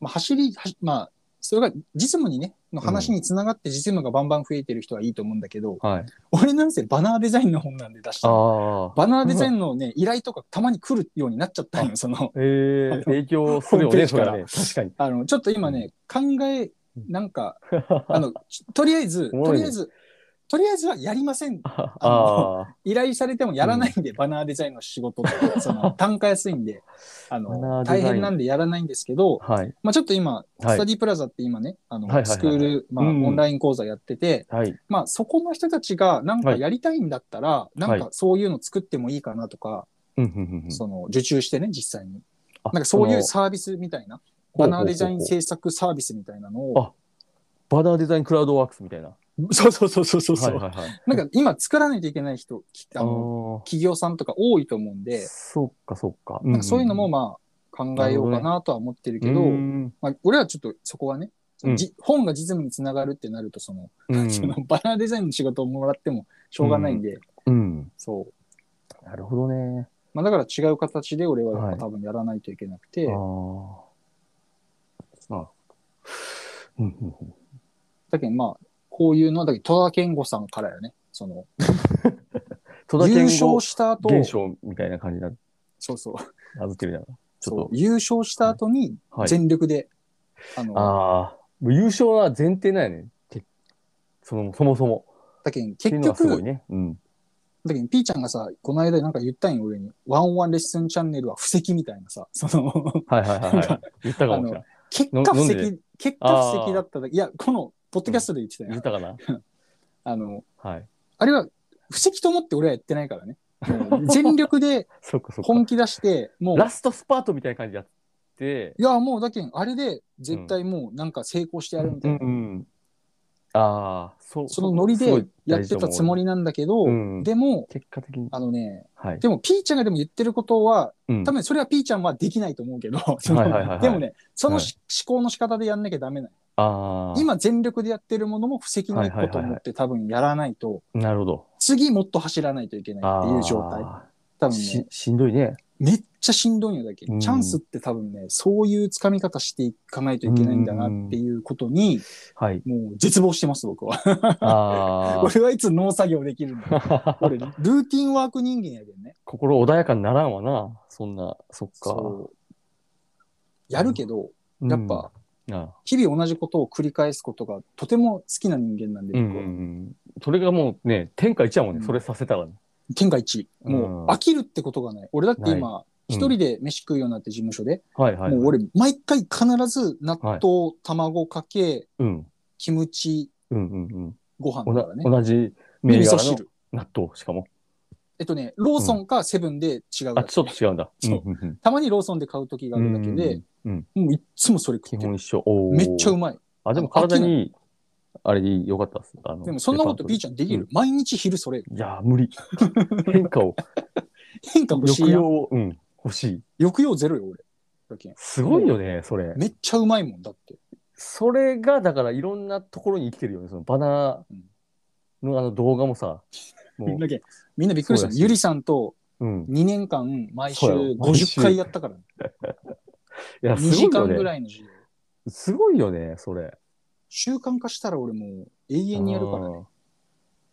[SPEAKER 2] まあ、走り、はしまあ、それが実務にね、の話につながって実務がバンバン増えてる人はいいと思うんだけど、
[SPEAKER 1] はい。
[SPEAKER 2] 俺なんせバナーデザインの本なんで出したの。
[SPEAKER 1] ああ。
[SPEAKER 2] バナーデザインのね、依頼とかたまに来るようになっちゃったんよ、その、
[SPEAKER 1] ええ、影響するよね、
[SPEAKER 2] ホ
[SPEAKER 1] そ
[SPEAKER 2] ーム
[SPEAKER 1] れ
[SPEAKER 2] ペ
[SPEAKER 1] はね。確
[SPEAKER 2] ー
[SPEAKER 1] かに。
[SPEAKER 2] あの、ちょっと今ね、考え、な んか、あ
[SPEAKER 1] あ
[SPEAKER 2] の、ちとりあえ ず、
[SPEAKER 1] おも
[SPEAKER 2] と
[SPEAKER 1] ろい
[SPEAKER 2] り
[SPEAKER 1] ね
[SPEAKER 2] あえず、とりあえずはやりません。
[SPEAKER 1] あー。
[SPEAKER 2] 依頼されてもやらないんで、バナーデザインの仕事って、その、単価安いんで、あの、
[SPEAKER 1] バナーデザイ
[SPEAKER 2] 大
[SPEAKER 1] ン
[SPEAKER 2] 変なんでやらないんですけど、
[SPEAKER 1] はい。
[SPEAKER 2] まあ、ちょっと今、
[SPEAKER 1] はい
[SPEAKER 2] スタディプラザって今ね、あの、
[SPEAKER 1] はいはいはいはい
[SPEAKER 2] スクール、まあ、
[SPEAKER 1] うん
[SPEAKER 2] オンライン講座やってて、
[SPEAKER 1] はい。
[SPEAKER 2] まあ、そこの人たちがなんかやりたいんだったら、なんかそういうの作ってもいいかなとか、
[SPEAKER 1] うんうんうんうん
[SPEAKER 2] その、受注してね、実際に。
[SPEAKER 1] あ
[SPEAKER 2] なんかそういう
[SPEAKER 1] の
[SPEAKER 2] サービスみたいな、
[SPEAKER 1] ほうほうほ
[SPEAKER 2] バ
[SPEAKER 1] う
[SPEAKER 2] ナーデザイン制作サービスみたいなの
[SPEAKER 1] あ
[SPEAKER 2] を、
[SPEAKER 1] バナーデザインクラウドワークスみたいな。
[SPEAKER 2] そうそうそうそうそうそう、
[SPEAKER 1] はいはいはい。
[SPEAKER 2] なんか今作らないといけない人、きあ
[SPEAKER 1] あ
[SPEAKER 2] の、
[SPEAKER 1] の、
[SPEAKER 2] 企業さんとか多いと思うんで、
[SPEAKER 1] そうかそうか。
[SPEAKER 2] なんかそういうのもまあ考えようかなとは思ってるけど、
[SPEAKER 1] うん
[SPEAKER 2] まあ、俺はちょっとそこはね、
[SPEAKER 1] うん
[SPEAKER 2] じ本が実務につながるってなるとその、
[SPEAKER 1] う
[SPEAKER 2] その
[SPEAKER 1] ん。
[SPEAKER 2] バナーデザインの仕事をもらってもしょうがないんで、
[SPEAKER 1] うん。
[SPEAKER 2] そう。
[SPEAKER 1] なるほどね。
[SPEAKER 2] まあだから違う形で俺はやっ
[SPEAKER 1] はい
[SPEAKER 2] ぱ多分やらないといけなくて、
[SPEAKER 1] ああ。なるほど。うんうんうん
[SPEAKER 2] だけどまあ、こういうのは、だけど戸田健吾さんからやね、その、
[SPEAKER 1] 戸田
[SPEAKER 2] 優
[SPEAKER 1] 健
[SPEAKER 2] 勝
[SPEAKER 1] 吾
[SPEAKER 2] した後、
[SPEAKER 1] 現象みたいな感じだ。
[SPEAKER 2] そうそう、
[SPEAKER 1] 名付けるじゃん。ち
[SPEAKER 2] そ
[SPEAKER 1] ょ
[SPEAKER 2] う優勝した後に
[SPEAKER 1] っと。はい。
[SPEAKER 2] 全力で、あの、
[SPEAKER 1] ああ。もう優勝は前提なんやね。てそのそもそも。
[SPEAKER 2] だけど
[SPEAKER 1] ってい
[SPEAKER 2] 結
[SPEAKER 1] うのがすご
[SPEAKER 2] 局、
[SPEAKER 1] いね。うん。
[SPEAKER 2] だけど、ピーちゃんがさ、この間なんか言ったんよ、俺に。ワンオンワンレッスンチャンネルは布石みたいなさ、 その、
[SPEAKER 1] はいはいはい
[SPEAKER 2] な
[SPEAKER 1] は
[SPEAKER 2] んか
[SPEAKER 1] い。言ったかもしれない。
[SPEAKER 2] 結果布
[SPEAKER 1] 飲んで
[SPEAKER 2] 石、結果布石だっただけ。いや、この、ポッドキャストで言ってたよ。
[SPEAKER 1] 言ったかな。
[SPEAKER 2] あの、
[SPEAKER 1] はい。
[SPEAKER 2] あれは、布石と思って俺はやってないからね。も う全力で
[SPEAKER 1] そっかそっ
[SPEAKER 2] 本
[SPEAKER 1] か。
[SPEAKER 2] 気出して、もう、
[SPEAKER 1] ラストスパートみたいな感じやって。
[SPEAKER 2] いや、もうだけん、あれで絶対もうなんか成功してやるみた
[SPEAKER 1] う
[SPEAKER 2] い
[SPEAKER 1] ん
[SPEAKER 2] な。
[SPEAKER 1] うん。ああ、そう。
[SPEAKER 2] そのノリ
[SPEAKER 1] すご
[SPEAKER 2] で
[SPEAKER 1] い
[SPEAKER 2] やっ
[SPEAKER 1] 大
[SPEAKER 2] て
[SPEAKER 1] 事だ
[SPEAKER 2] た
[SPEAKER 1] と思う
[SPEAKER 2] つもりなんだけど、
[SPEAKER 1] うん
[SPEAKER 2] でも、
[SPEAKER 1] 結果的に。
[SPEAKER 2] あのね、
[SPEAKER 1] はい。
[SPEAKER 2] でも、ピーちゃんがでも言ってることは、
[SPEAKER 1] うん
[SPEAKER 2] 多分それはピーちゃんはできないと思うけど、そ
[SPEAKER 1] はいはいはいは
[SPEAKER 2] の
[SPEAKER 1] い
[SPEAKER 2] でもね、その
[SPEAKER 1] はい
[SPEAKER 2] し思考の仕方でやんなきゃダメなの
[SPEAKER 1] ああ。、
[SPEAKER 2] 今全力でやってるものも布石ないことを持って多分やらないと、
[SPEAKER 1] なるほど。
[SPEAKER 2] 次もっと走らないといけない
[SPEAKER 1] あ
[SPEAKER 2] っ
[SPEAKER 1] あ。
[SPEAKER 2] ていう状態。多分
[SPEAKER 1] し
[SPEAKER 2] ね、
[SPEAKER 1] しんどいね。
[SPEAKER 2] めっちゃしんどいのだけ。チ
[SPEAKER 1] うん
[SPEAKER 2] ャンスって多分ね、そういう掴み方していかないといけないんだなっていうことに、
[SPEAKER 1] はい。
[SPEAKER 2] もう絶望してます、僕は。
[SPEAKER 1] あ
[SPEAKER 2] 俺はいつ農作業できるの
[SPEAKER 1] あ。
[SPEAKER 2] 俺、ルーティンワーク人間やけどね。
[SPEAKER 1] 心穏やかにならんわな。そんな、そっか。
[SPEAKER 2] そう。やるけど、
[SPEAKER 1] うん
[SPEAKER 2] やっぱ、
[SPEAKER 1] あ
[SPEAKER 2] 日々同じことを繰り返すことがとても好きな人間なんで、
[SPEAKER 1] うん
[SPEAKER 2] 僕は
[SPEAKER 1] うんそれがもうね、天下一やもんね、
[SPEAKER 2] うん
[SPEAKER 1] それさせたらね。
[SPEAKER 2] 天下一。も
[SPEAKER 1] う
[SPEAKER 2] う
[SPEAKER 1] ん
[SPEAKER 2] 飽きるってことがない。俺だって今、
[SPEAKER 1] い
[SPEAKER 2] 一人で飯食うようになって事務所で、
[SPEAKER 1] はいはい。
[SPEAKER 2] もう俺、毎回必ず納豆、卵かけ、
[SPEAKER 1] うん。
[SPEAKER 2] キムチ、
[SPEAKER 1] うんうん
[SPEAKER 2] ご飯
[SPEAKER 1] うん。
[SPEAKER 2] だからね
[SPEAKER 1] お。な同じ
[SPEAKER 2] 味
[SPEAKER 1] 銘柄
[SPEAKER 2] 噌
[SPEAKER 1] の
[SPEAKER 2] 汁。
[SPEAKER 1] 納豆、しかも。
[SPEAKER 2] えっとね、ローソンかセブンで違うだ
[SPEAKER 1] あ、
[SPEAKER 2] け、
[SPEAKER 1] ちょっと違うんだ。
[SPEAKER 2] そうん
[SPEAKER 1] んん
[SPEAKER 2] たまにローソンで買う時があるだけで、
[SPEAKER 1] うんうん
[SPEAKER 2] もういっつもそれ食
[SPEAKER 1] 基
[SPEAKER 2] ってる
[SPEAKER 1] 本。一緒。おー
[SPEAKER 2] めっちゃうまい。
[SPEAKER 1] あ、でも体にいい、あれでいいよかったっす。あの
[SPEAKER 2] でもそんなことピーちゃんできる、毎日昼それ。
[SPEAKER 1] いやー、無 理。変化を、
[SPEAKER 2] 変化欲し
[SPEAKER 1] 抑
[SPEAKER 2] いや
[SPEAKER 1] 揚
[SPEAKER 2] ん。
[SPEAKER 1] を、うん、欲しい。
[SPEAKER 2] 抑揚ゼロよ、俺。だけん
[SPEAKER 1] すごいよね、それ。
[SPEAKER 2] めっちゃうまいもんだって。
[SPEAKER 1] それが、だからいろんなところに生きてるよね。そのバナーのあの動画もさ、も
[SPEAKER 2] だけんみんなびっくりし
[SPEAKER 1] そ
[SPEAKER 2] た。
[SPEAKER 1] うだし
[SPEAKER 2] ゆりさんと
[SPEAKER 1] う、うん。
[SPEAKER 2] 2年間毎週
[SPEAKER 1] そうよ毎週
[SPEAKER 2] 50回やったから、
[SPEAKER 1] いや、
[SPEAKER 2] 2
[SPEAKER 1] すごい
[SPEAKER 2] 時間
[SPEAKER 1] よ
[SPEAKER 2] ぐ
[SPEAKER 1] ね。
[SPEAKER 2] らいの授業。
[SPEAKER 1] すごいよね、それ。
[SPEAKER 2] 習慣化したら俺もう永遠にやるからね。
[SPEAKER 1] うんい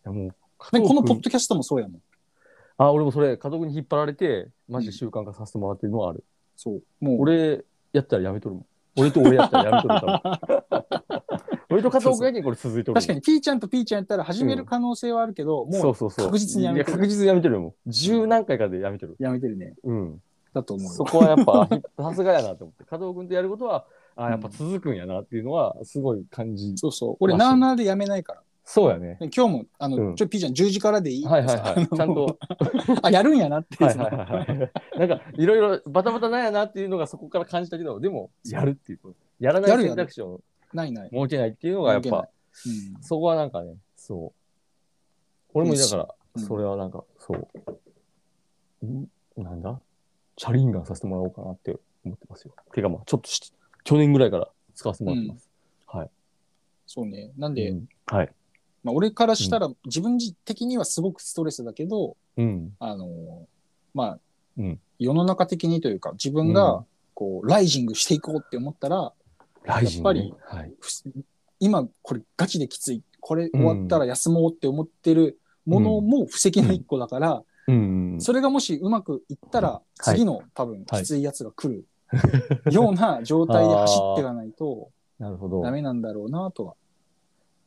[SPEAKER 1] やもう加
[SPEAKER 2] で
[SPEAKER 1] 藤
[SPEAKER 2] このポ
[SPEAKER 1] 君
[SPEAKER 2] ッドキャストもそうやもん。
[SPEAKER 1] あ、俺もそれ、家族に引っ張られて、マジで習慣化させてもらってるのはある。
[SPEAKER 2] そう。もう
[SPEAKER 1] 俺やったらやめとるもん。俺と俺やったらやめとる多 分俺と加藤君やけんこれ続いとるもん。
[SPEAKER 2] 確かにピーちゃんとピーちゃんやったら始める可能性はあるけど、
[SPEAKER 1] そ
[SPEAKER 2] も
[SPEAKER 1] うそうそう
[SPEAKER 2] 確実にやめてる
[SPEAKER 1] いや確実にやめてるよもう十何回かでやめてる
[SPEAKER 2] うやめてるね。
[SPEAKER 1] うん
[SPEAKER 2] だと思う
[SPEAKER 1] そ
[SPEAKER 2] よ。
[SPEAKER 1] こはやっぱ さすがやなと思って加藤君とやることはあやっぱ続くんやなっていうのはすごい感じ、
[SPEAKER 2] そうそう。俺、なーなーでやめないから。
[SPEAKER 1] そうやね
[SPEAKER 2] で今日も、あの、
[SPEAKER 1] うん
[SPEAKER 2] ちょ、ピーちゃん10時からでいい
[SPEAKER 1] はいはいはいちゃんと
[SPEAKER 2] あ、やるんやなって。
[SPEAKER 1] はいはいはいはい なんかいろいろバタバタなんやなっていうのがそこから感じたけどでもやるっていうことやらな
[SPEAKER 2] や
[SPEAKER 1] い
[SPEAKER 2] るや
[SPEAKER 1] 選
[SPEAKER 2] る
[SPEAKER 1] 択肢を
[SPEAKER 2] ないない。
[SPEAKER 1] 設けないっていうのがやっ
[SPEAKER 2] 設けな
[SPEAKER 1] ぱ
[SPEAKER 2] いうん
[SPEAKER 1] そこはなんかねそう俺もだから
[SPEAKER 2] うん
[SPEAKER 1] それはなんか、そう。んなんだチャリンガンさせてもらおうかなって思ってますよ。てかまあ、ちょっとし、去年ぐらいから使わせてもらってます。
[SPEAKER 2] そうね。なんで、
[SPEAKER 1] うんはい。
[SPEAKER 2] まあ、俺からしたら、自分的にはすごくストレスだけど、
[SPEAKER 1] うん。
[SPEAKER 2] あのーまあ、
[SPEAKER 1] うん
[SPEAKER 2] 世の中的にというか、自分
[SPEAKER 1] う
[SPEAKER 2] が、こう、ライジングしていこうって思ったら、
[SPEAKER 1] ライジン
[SPEAKER 2] や
[SPEAKER 1] グ
[SPEAKER 2] っ
[SPEAKER 1] ね、
[SPEAKER 2] ぱり
[SPEAKER 1] はい。
[SPEAKER 2] ふす今、これガチできつい。これ終わったら休もうって思ってるものも布石の一個だから、
[SPEAKER 1] うん。
[SPEAKER 2] それがもしうまくいったら、
[SPEAKER 1] はい
[SPEAKER 2] 次の多分
[SPEAKER 1] はい
[SPEAKER 2] きついやつが 来るような状態で走っていかないと
[SPEAKER 1] なるほど。
[SPEAKER 2] ダメなんだろうなとは。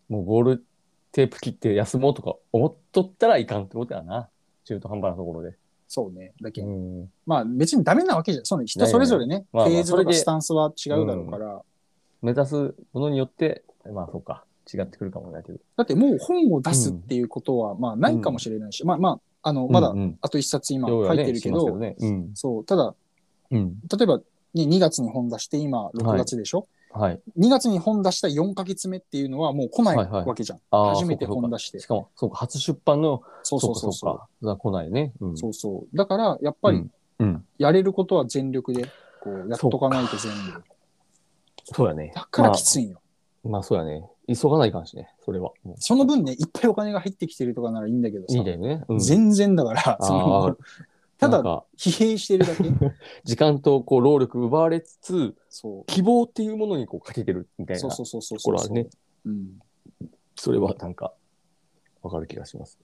[SPEAKER 1] もうゴールテープ切って休もうとか思っとったらいかんってことやな。中途半端なところで。
[SPEAKER 2] そうね。だけ、
[SPEAKER 1] うん。
[SPEAKER 2] まあ別にダメなわけじゃん。その人それぞれね、
[SPEAKER 1] いやいやまあまあ
[SPEAKER 2] フェーズと
[SPEAKER 1] それ
[SPEAKER 2] か
[SPEAKER 1] で
[SPEAKER 2] スタンスは違うだろうから。
[SPEAKER 1] 目指すものによって、まあそうか。違ってくるかもだけど。
[SPEAKER 2] だってもう本を出すっていうことはまあないかもしれないし、まあまあ、あの、まだ
[SPEAKER 1] うんうん
[SPEAKER 2] あと一冊今書いてるけど、
[SPEAKER 1] 要はねしてますけどね
[SPEAKER 2] そう、ただ、
[SPEAKER 1] うん。うん。
[SPEAKER 2] 例えば、ね、2月に本出して今6月でしょ、
[SPEAKER 1] はい。
[SPEAKER 2] ?2 月に本出した4ヶ月目っていうのはもう来ない
[SPEAKER 1] はいはい
[SPEAKER 2] わけじゃん。
[SPEAKER 1] あー
[SPEAKER 2] 初めて
[SPEAKER 1] そうかそうか
[SPEAKER 2] 本出して
[SPEAKER 1] しかも、そうか、初出版の
[SPEAKER 2] そうそうそうそう。
[SPEAKER 1] うか。来ないね。うん
[SPEAKER 2] そうそう。だから、やっぱり、
[SPEAKER 1] うんうん
[SPEAKER 2] やれることは全力で、こう、やっとかないと全部。
[SPEAKER 1] そうやね。
[SPEAKER 2] だからき
[SPEAKER 1] い。
[SPEAKER 2] ついんよ。
[SPEAKER 1] まあ、そうやね。急がないかんしね、それは。も
[SPEAKER 2] その分ね、いっぱいお金が入ってきてるとかならいいんだけど
[SPEAKER 1] う
[SPEAKER 2] さ。
[SPEAKER 1] いいだよね。うん
[SPEAKER 2] 全然だから、
[SPEAKER 1] あー
[SPEAKER 2] そ
[SPEAKER 1] わ
[SPEAKER 2] の
[SPEAKER 1] か
[SPEAKER 2] た
[SPEAKER 1] なん
[SPEAKER 2] だ、
[SPEAKER 1] か
[SPEAKER 2] 疲弊してるだけ。
[SPEAKER 1] 時間とこう労力奪われつつ、
[SPEAKER 2] そ
[SPEAKER 1] 希望っていうものにこうかけてるみた
[SPEAKER 2] う。
[SPEAKER 1] い
[SPEAKER 2] そう
[SPEAKER 1] な
[SPEAKER 2] そ
[SPEAKER 1] と
[SPEAKER 2] うそうそう
[SPEAKER 1] こ
[SPEAKER 2] そう
[SPEAKER 1] ろはね、
[SPEAKER 2] うん。
[SPEAKER 1] それはなんか、わかる気がします。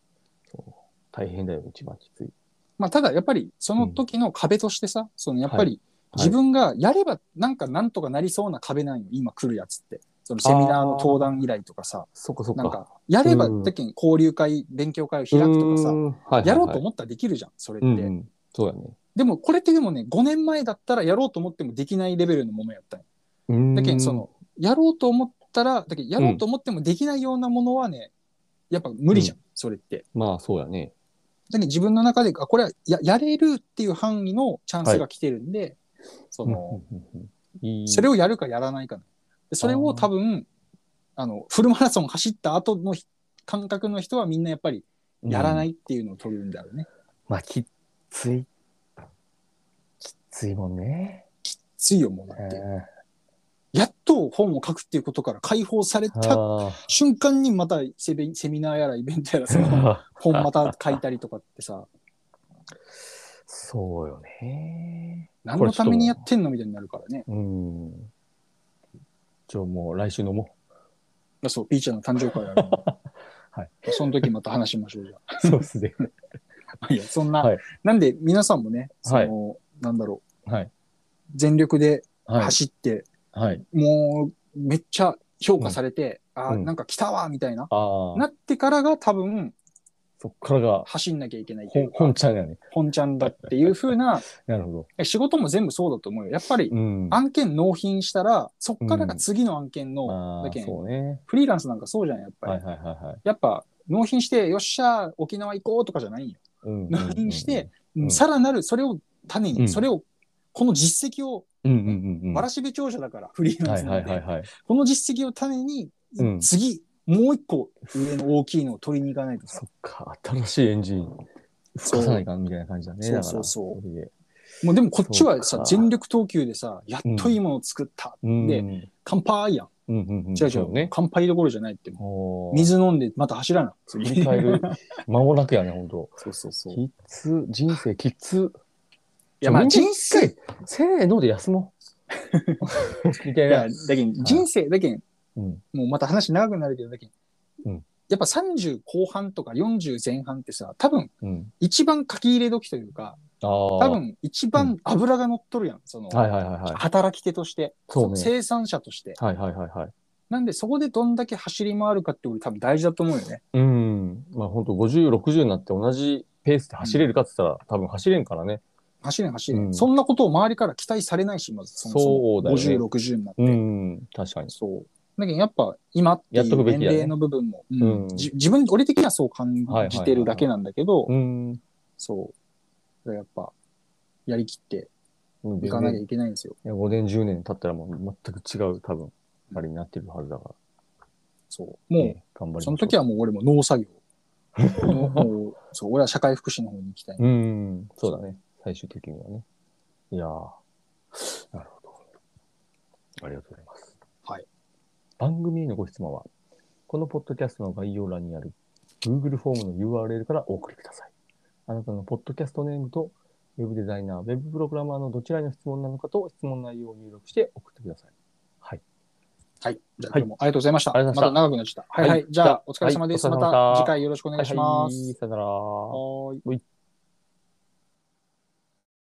[SPEAKER 1] そう大変だよ、一番きつい。
[SPEAKER 2] まあ、ただ、やっぱり、その時の壁としてさ、その、やっぱ
[SPEAKER 1] は
[SPEAKER 2] り、自分がやれば、なんかなんとかなりそうな壁なんよ。今来るやつって。そのセミナーの登壇依頼とかさ、
[SPEAKER 1] そっかそっ
[SPEAKER 2] なん
[SPEAKER 1] か。
[SPEAKER 2] か、やれば、
[SPEAKER 1] うん
[SPEAKER 2] だけに交流会、勉強会を開くとか
[SPEAKER 1] うー
[SPEAKER 2] さ、
[SPEAKER 1] んはいはいはい
[SPEAKER 2] やろうと思ったらできるじゃん、それって。
[SPEAKER 1] うんうんそうやね
[SPEAKER 2] でもこれってでもね5年前だったらやろうと思ってもできないレベルのものやったんよ
[SPEAKER 1] うーん。
[SPEAKER 2] だけどそのやろうと思ったらだけどやろうと思ってもできないようなものはね、やっぱ無理じゃん、それって。
[SPEAKER 1] まあ、そうやね。
[SPEAKER 2] だけど自分の中であこれはややれるっていう範囲のチャンスが来てるんで、その
[SPEAKER 1] うんうんうんいい。
[SPEAKER 2] それをやるかやらないかなでそれを多分ああの、フルマラソン走った後のひ感覚の人はみんなやっぱりやらないいっていうのを取るんだろうね。
[SPEAKER 1] まあ、きっつい。きっついもんね。
[SPEAKER 2] ついよ、もうだ
[SPEAKER 1] う
[SPEAKER 2] って。
[SPEAKER 1] ん
[SPEAKER 2] やっと本を書くっていうことから解放された
[SPEAKER 1] あ
[SPEAKER 2] 瞬間にまたセミセミナーやらイベントやらそ の
[SPEAKER 1] ー
[SPEAKER 2] 本また書いたりとかっ てさ、
[SPEAKER 1] そうよね。
[SPEAKER 2] 何のためにやってんのみたいになるからね。
[SPEAKER 1] うん。じゃあもう来週飲も
[SPEAKER 2] だそう、ピーちゃんの誕生会やるの。
[SPEAKER 1] はい
[SPEAKER 2] その時また話しましょうじゃ
[SPEAKER 1] う。そうっすね。
[SPEAKER 2] あ。いや、そんな、
[SPEAKER 1] はい
[SPEAKER 2] なんで皆さんもね、その、なんだろう、
[SPEAKER 1] はい
[SPEAKER 2] 全力で
[SPEAKER 1] はい。
[SPEAKER 2] 走って、
[SPEAKER 1] はい。
[SPEAKER 2] もうめっちゃ評価されて、あー
[SPEAKER 1] うん
[SPEAKER 2] なんか来たわみたいな、
[SPEAKER 1] ああ
[SPEAKER 2] な。ってからが多分
[SPEAKER 1] そっからが
[SPEAKER 2] 走んなきゃいけないとい
[SPEAKER 1] 本
[SPEAKER 2] うか
[SPEAKER 1] 本ちゃんやね。
[SPEAKER 2] 本ちゃんだっていう風な、
[SPEAKER 1] なるほど。
[SPEAKER 2] 仕事も全部そうだと思うよ。やっぱり
[SPEAKER 1] うん。
[SPEAKER 2] 案件納品したら、そっからが次の案件の、
[SPEAKER 1] あ
[SPEAKER 2] だ
[SPEAKER 1] あ
[SPEAKER 2] けん
[SPEAKER 1] そうね。
[SPEAKER 2] フリーランスなんかそうじゃん、やっぱり。
[SPEAKER 1] はいはいはいはい。
[SPEAKER 2] やっぱ納品して、よっしゃー、沖縄行こうとかじゃないんよ。
[SPEAKER 1] うんうんうん
[SPEAKER 2] 納品して、
[SPEAKER 1] ん
[SPEAKER 2] うんさらなる、それを種に、
[SPEAKER 1] うん
[SPEAKER 2] それを、この実績を、
[SPEAKER 1] うんうんうんうん。
[SPEAKER 2] わらしべ長者だから、フリーラン
[SPEAKER 1] は
[SPEAKER 2] ス
[SPEAKER 1] い
[SPEAKER 2] な
[SPEAKER 1] はい
[SPEAKER 2] ん
[SPEAKER 1] はい
[SPEAKER 2] で、
[SPEAKER 1] はい。
[SPEAKER 2] この実績を種に
[SPEAKER 1] うん、
[SPEAKER 2] 次、もう一個上の大きいのを取りに行かないとさ
[SPEAKER 1] そっか、新しいエンジン、吹かさないかんみたいな感じだね。
[SPEAKER 2] そう
[SPEAKER 1] だから
[SPEAKER 2] そうそう
[SPEAKER 1] それで
[SPEAKER 2] もうでもこっちは
[SPEAKER 1] そう
[SPEAKER 2] さ
[SPEAKER 1] か、
[SPEAKER 2] 全力投球でさ、やっといいものを作った。
[SPEAKER 1] うん。
[SPEAKER 2] で
[SPEAKER 1] うん
[SPEAKER 2] 乾杯やん。
[SPEAKER 1] うんうん。
[SPEAKER 2] 違う違。
[SPEAKER 1] そうね。
[SPEAKER 2] 乾杯どころじゃないって。
[SPEAKER 1] おー
[SPEAKER 2] 水飲んでまた走らな。次
[SPEAKER 1] 振り返る、間もなくやね、ほんと。
[SPEAKER 2] そうそうそう。い
[SPEAKER 1] きつ、人生きつ。
[SPEAKER 2] や、まあ
[SPEAKER 1] ちょ
[SPEAKER 2] 人生、い
[SPEAKER 1] 一回せーので休もう。みたいな
[SPEAKER 2] や、。だけん人生、だけん、
[SPEAKER 1] うん。
[SPEAKER 2] もうまた話長くなるけど、だけん
[SPEAKER 1] うん。
[SPEAKER 2] やっぱ30後半とか40前半ってさ、多分
[SPEAKER 1] うん。
[SPEAKER 2] 一番書き入れ時というか、
[SPEAKER 1] ああ。
[SPEAKER 2] 多
[SPEAKER 1] は
[SPEAKER 2] 分一番油が乗っとるやん。その、
[SPEAKER 1] いはいはいは
[SPEAKER 2] 働き手として、
[SPEAKER 1] そうね
[SPEAKER 2] 生産者として。
[SPEAKER 1] い。はいはいはいはい。
[SPEAKER 2] なんでそこでどんだけ走り回るかって俺多分大事だと思うよね。
[SPEAKER 1] うん。まあほんと、50、60になって同じペースで走れるかって言ったら、多分走れんからね。
[SPEAKER 2] 走れん走れん、
[SPEAKER 1] うん
[SPEAKER 2] そんなことを周りから期待されないし、まずそも
[SPEAKER 1] そうだよね
[SPEAKER 2] 50、60になって。
[SPEAKER 1] うん。確かに。
[SPEAKER 2] そう。だけどやっぱ今って
[SPEAKER 1] やっ
[SPEAKER 2] い
[SPEAKER 1] と
[SPEAKER 2] う
[SPEAKER 1] くべ
[SPEAKER 2] 年
[SPEAKER 1] きだね
[SPEAKER 2] 齢の部分も、うん
[SPEAKER 1] うん
[SPEAKER 2] じ自分、俺的にはそう感じてるだけなんだけど、
[SPEAKER 1] うん。
[SPEAKER 2] そう。だからやっぱ、やりきって
[SPEAKER 1] うん
[SPEAKER 2] いかなきゃいけないんですよ。
[SPEAKER 1] いや5年、10年経ったらもう全く違う、多分、あれになってるはずだから。
[SPEAKER 2] そう。もう、
[SPEAKER 1] ね頑張りましょう
[SPEAKER 2] その時はもう俺も農 作業。もうもうそう、俺は社会福祉の方に行きたい。
[SPEAKER 1] うん、そうだね。最終的にはね。いやー、なるほど。ありがとうございます。
[SPEAKER 2] はい。
[SPEAKER 1] 番組へのご質問は、このポッドキャストの概要欄にある Google フォームの URL からお送りください。あなたのポッドキャストネームと、ウェブデザイナー、ウェブプログラマーのどちらへの質問なのかと質問内容を入力して送ってください。はい。
[SPEAKER 2] はい。じゃあ
[SPEAKER 1] はい
[SPEAKER 2] 今日もありがとうございました。
[SPEAKER 1] ありがとうございました
[SPEAKER 2] た長くなっちゃった。はい、
[SPEAKER 1] は
[SPEAKER 2] はいい。じゃ
[SPEAKER 1] じゃあ
[SPEAKER 2] あ、お疲れ様です。
[SPEAKER 1] はい
[SPEAKER 2] ま
[SPEAKER 1] お疲れ様でした
[SPEAKER 2] た次回よろしくお願いしま
[SPEAKER 1] はいはい
[SPEAKER 2] す。
[SPEAKER 1] さよなら。
[SPEAKER 2] はーい。
[SPEAKER 1] はい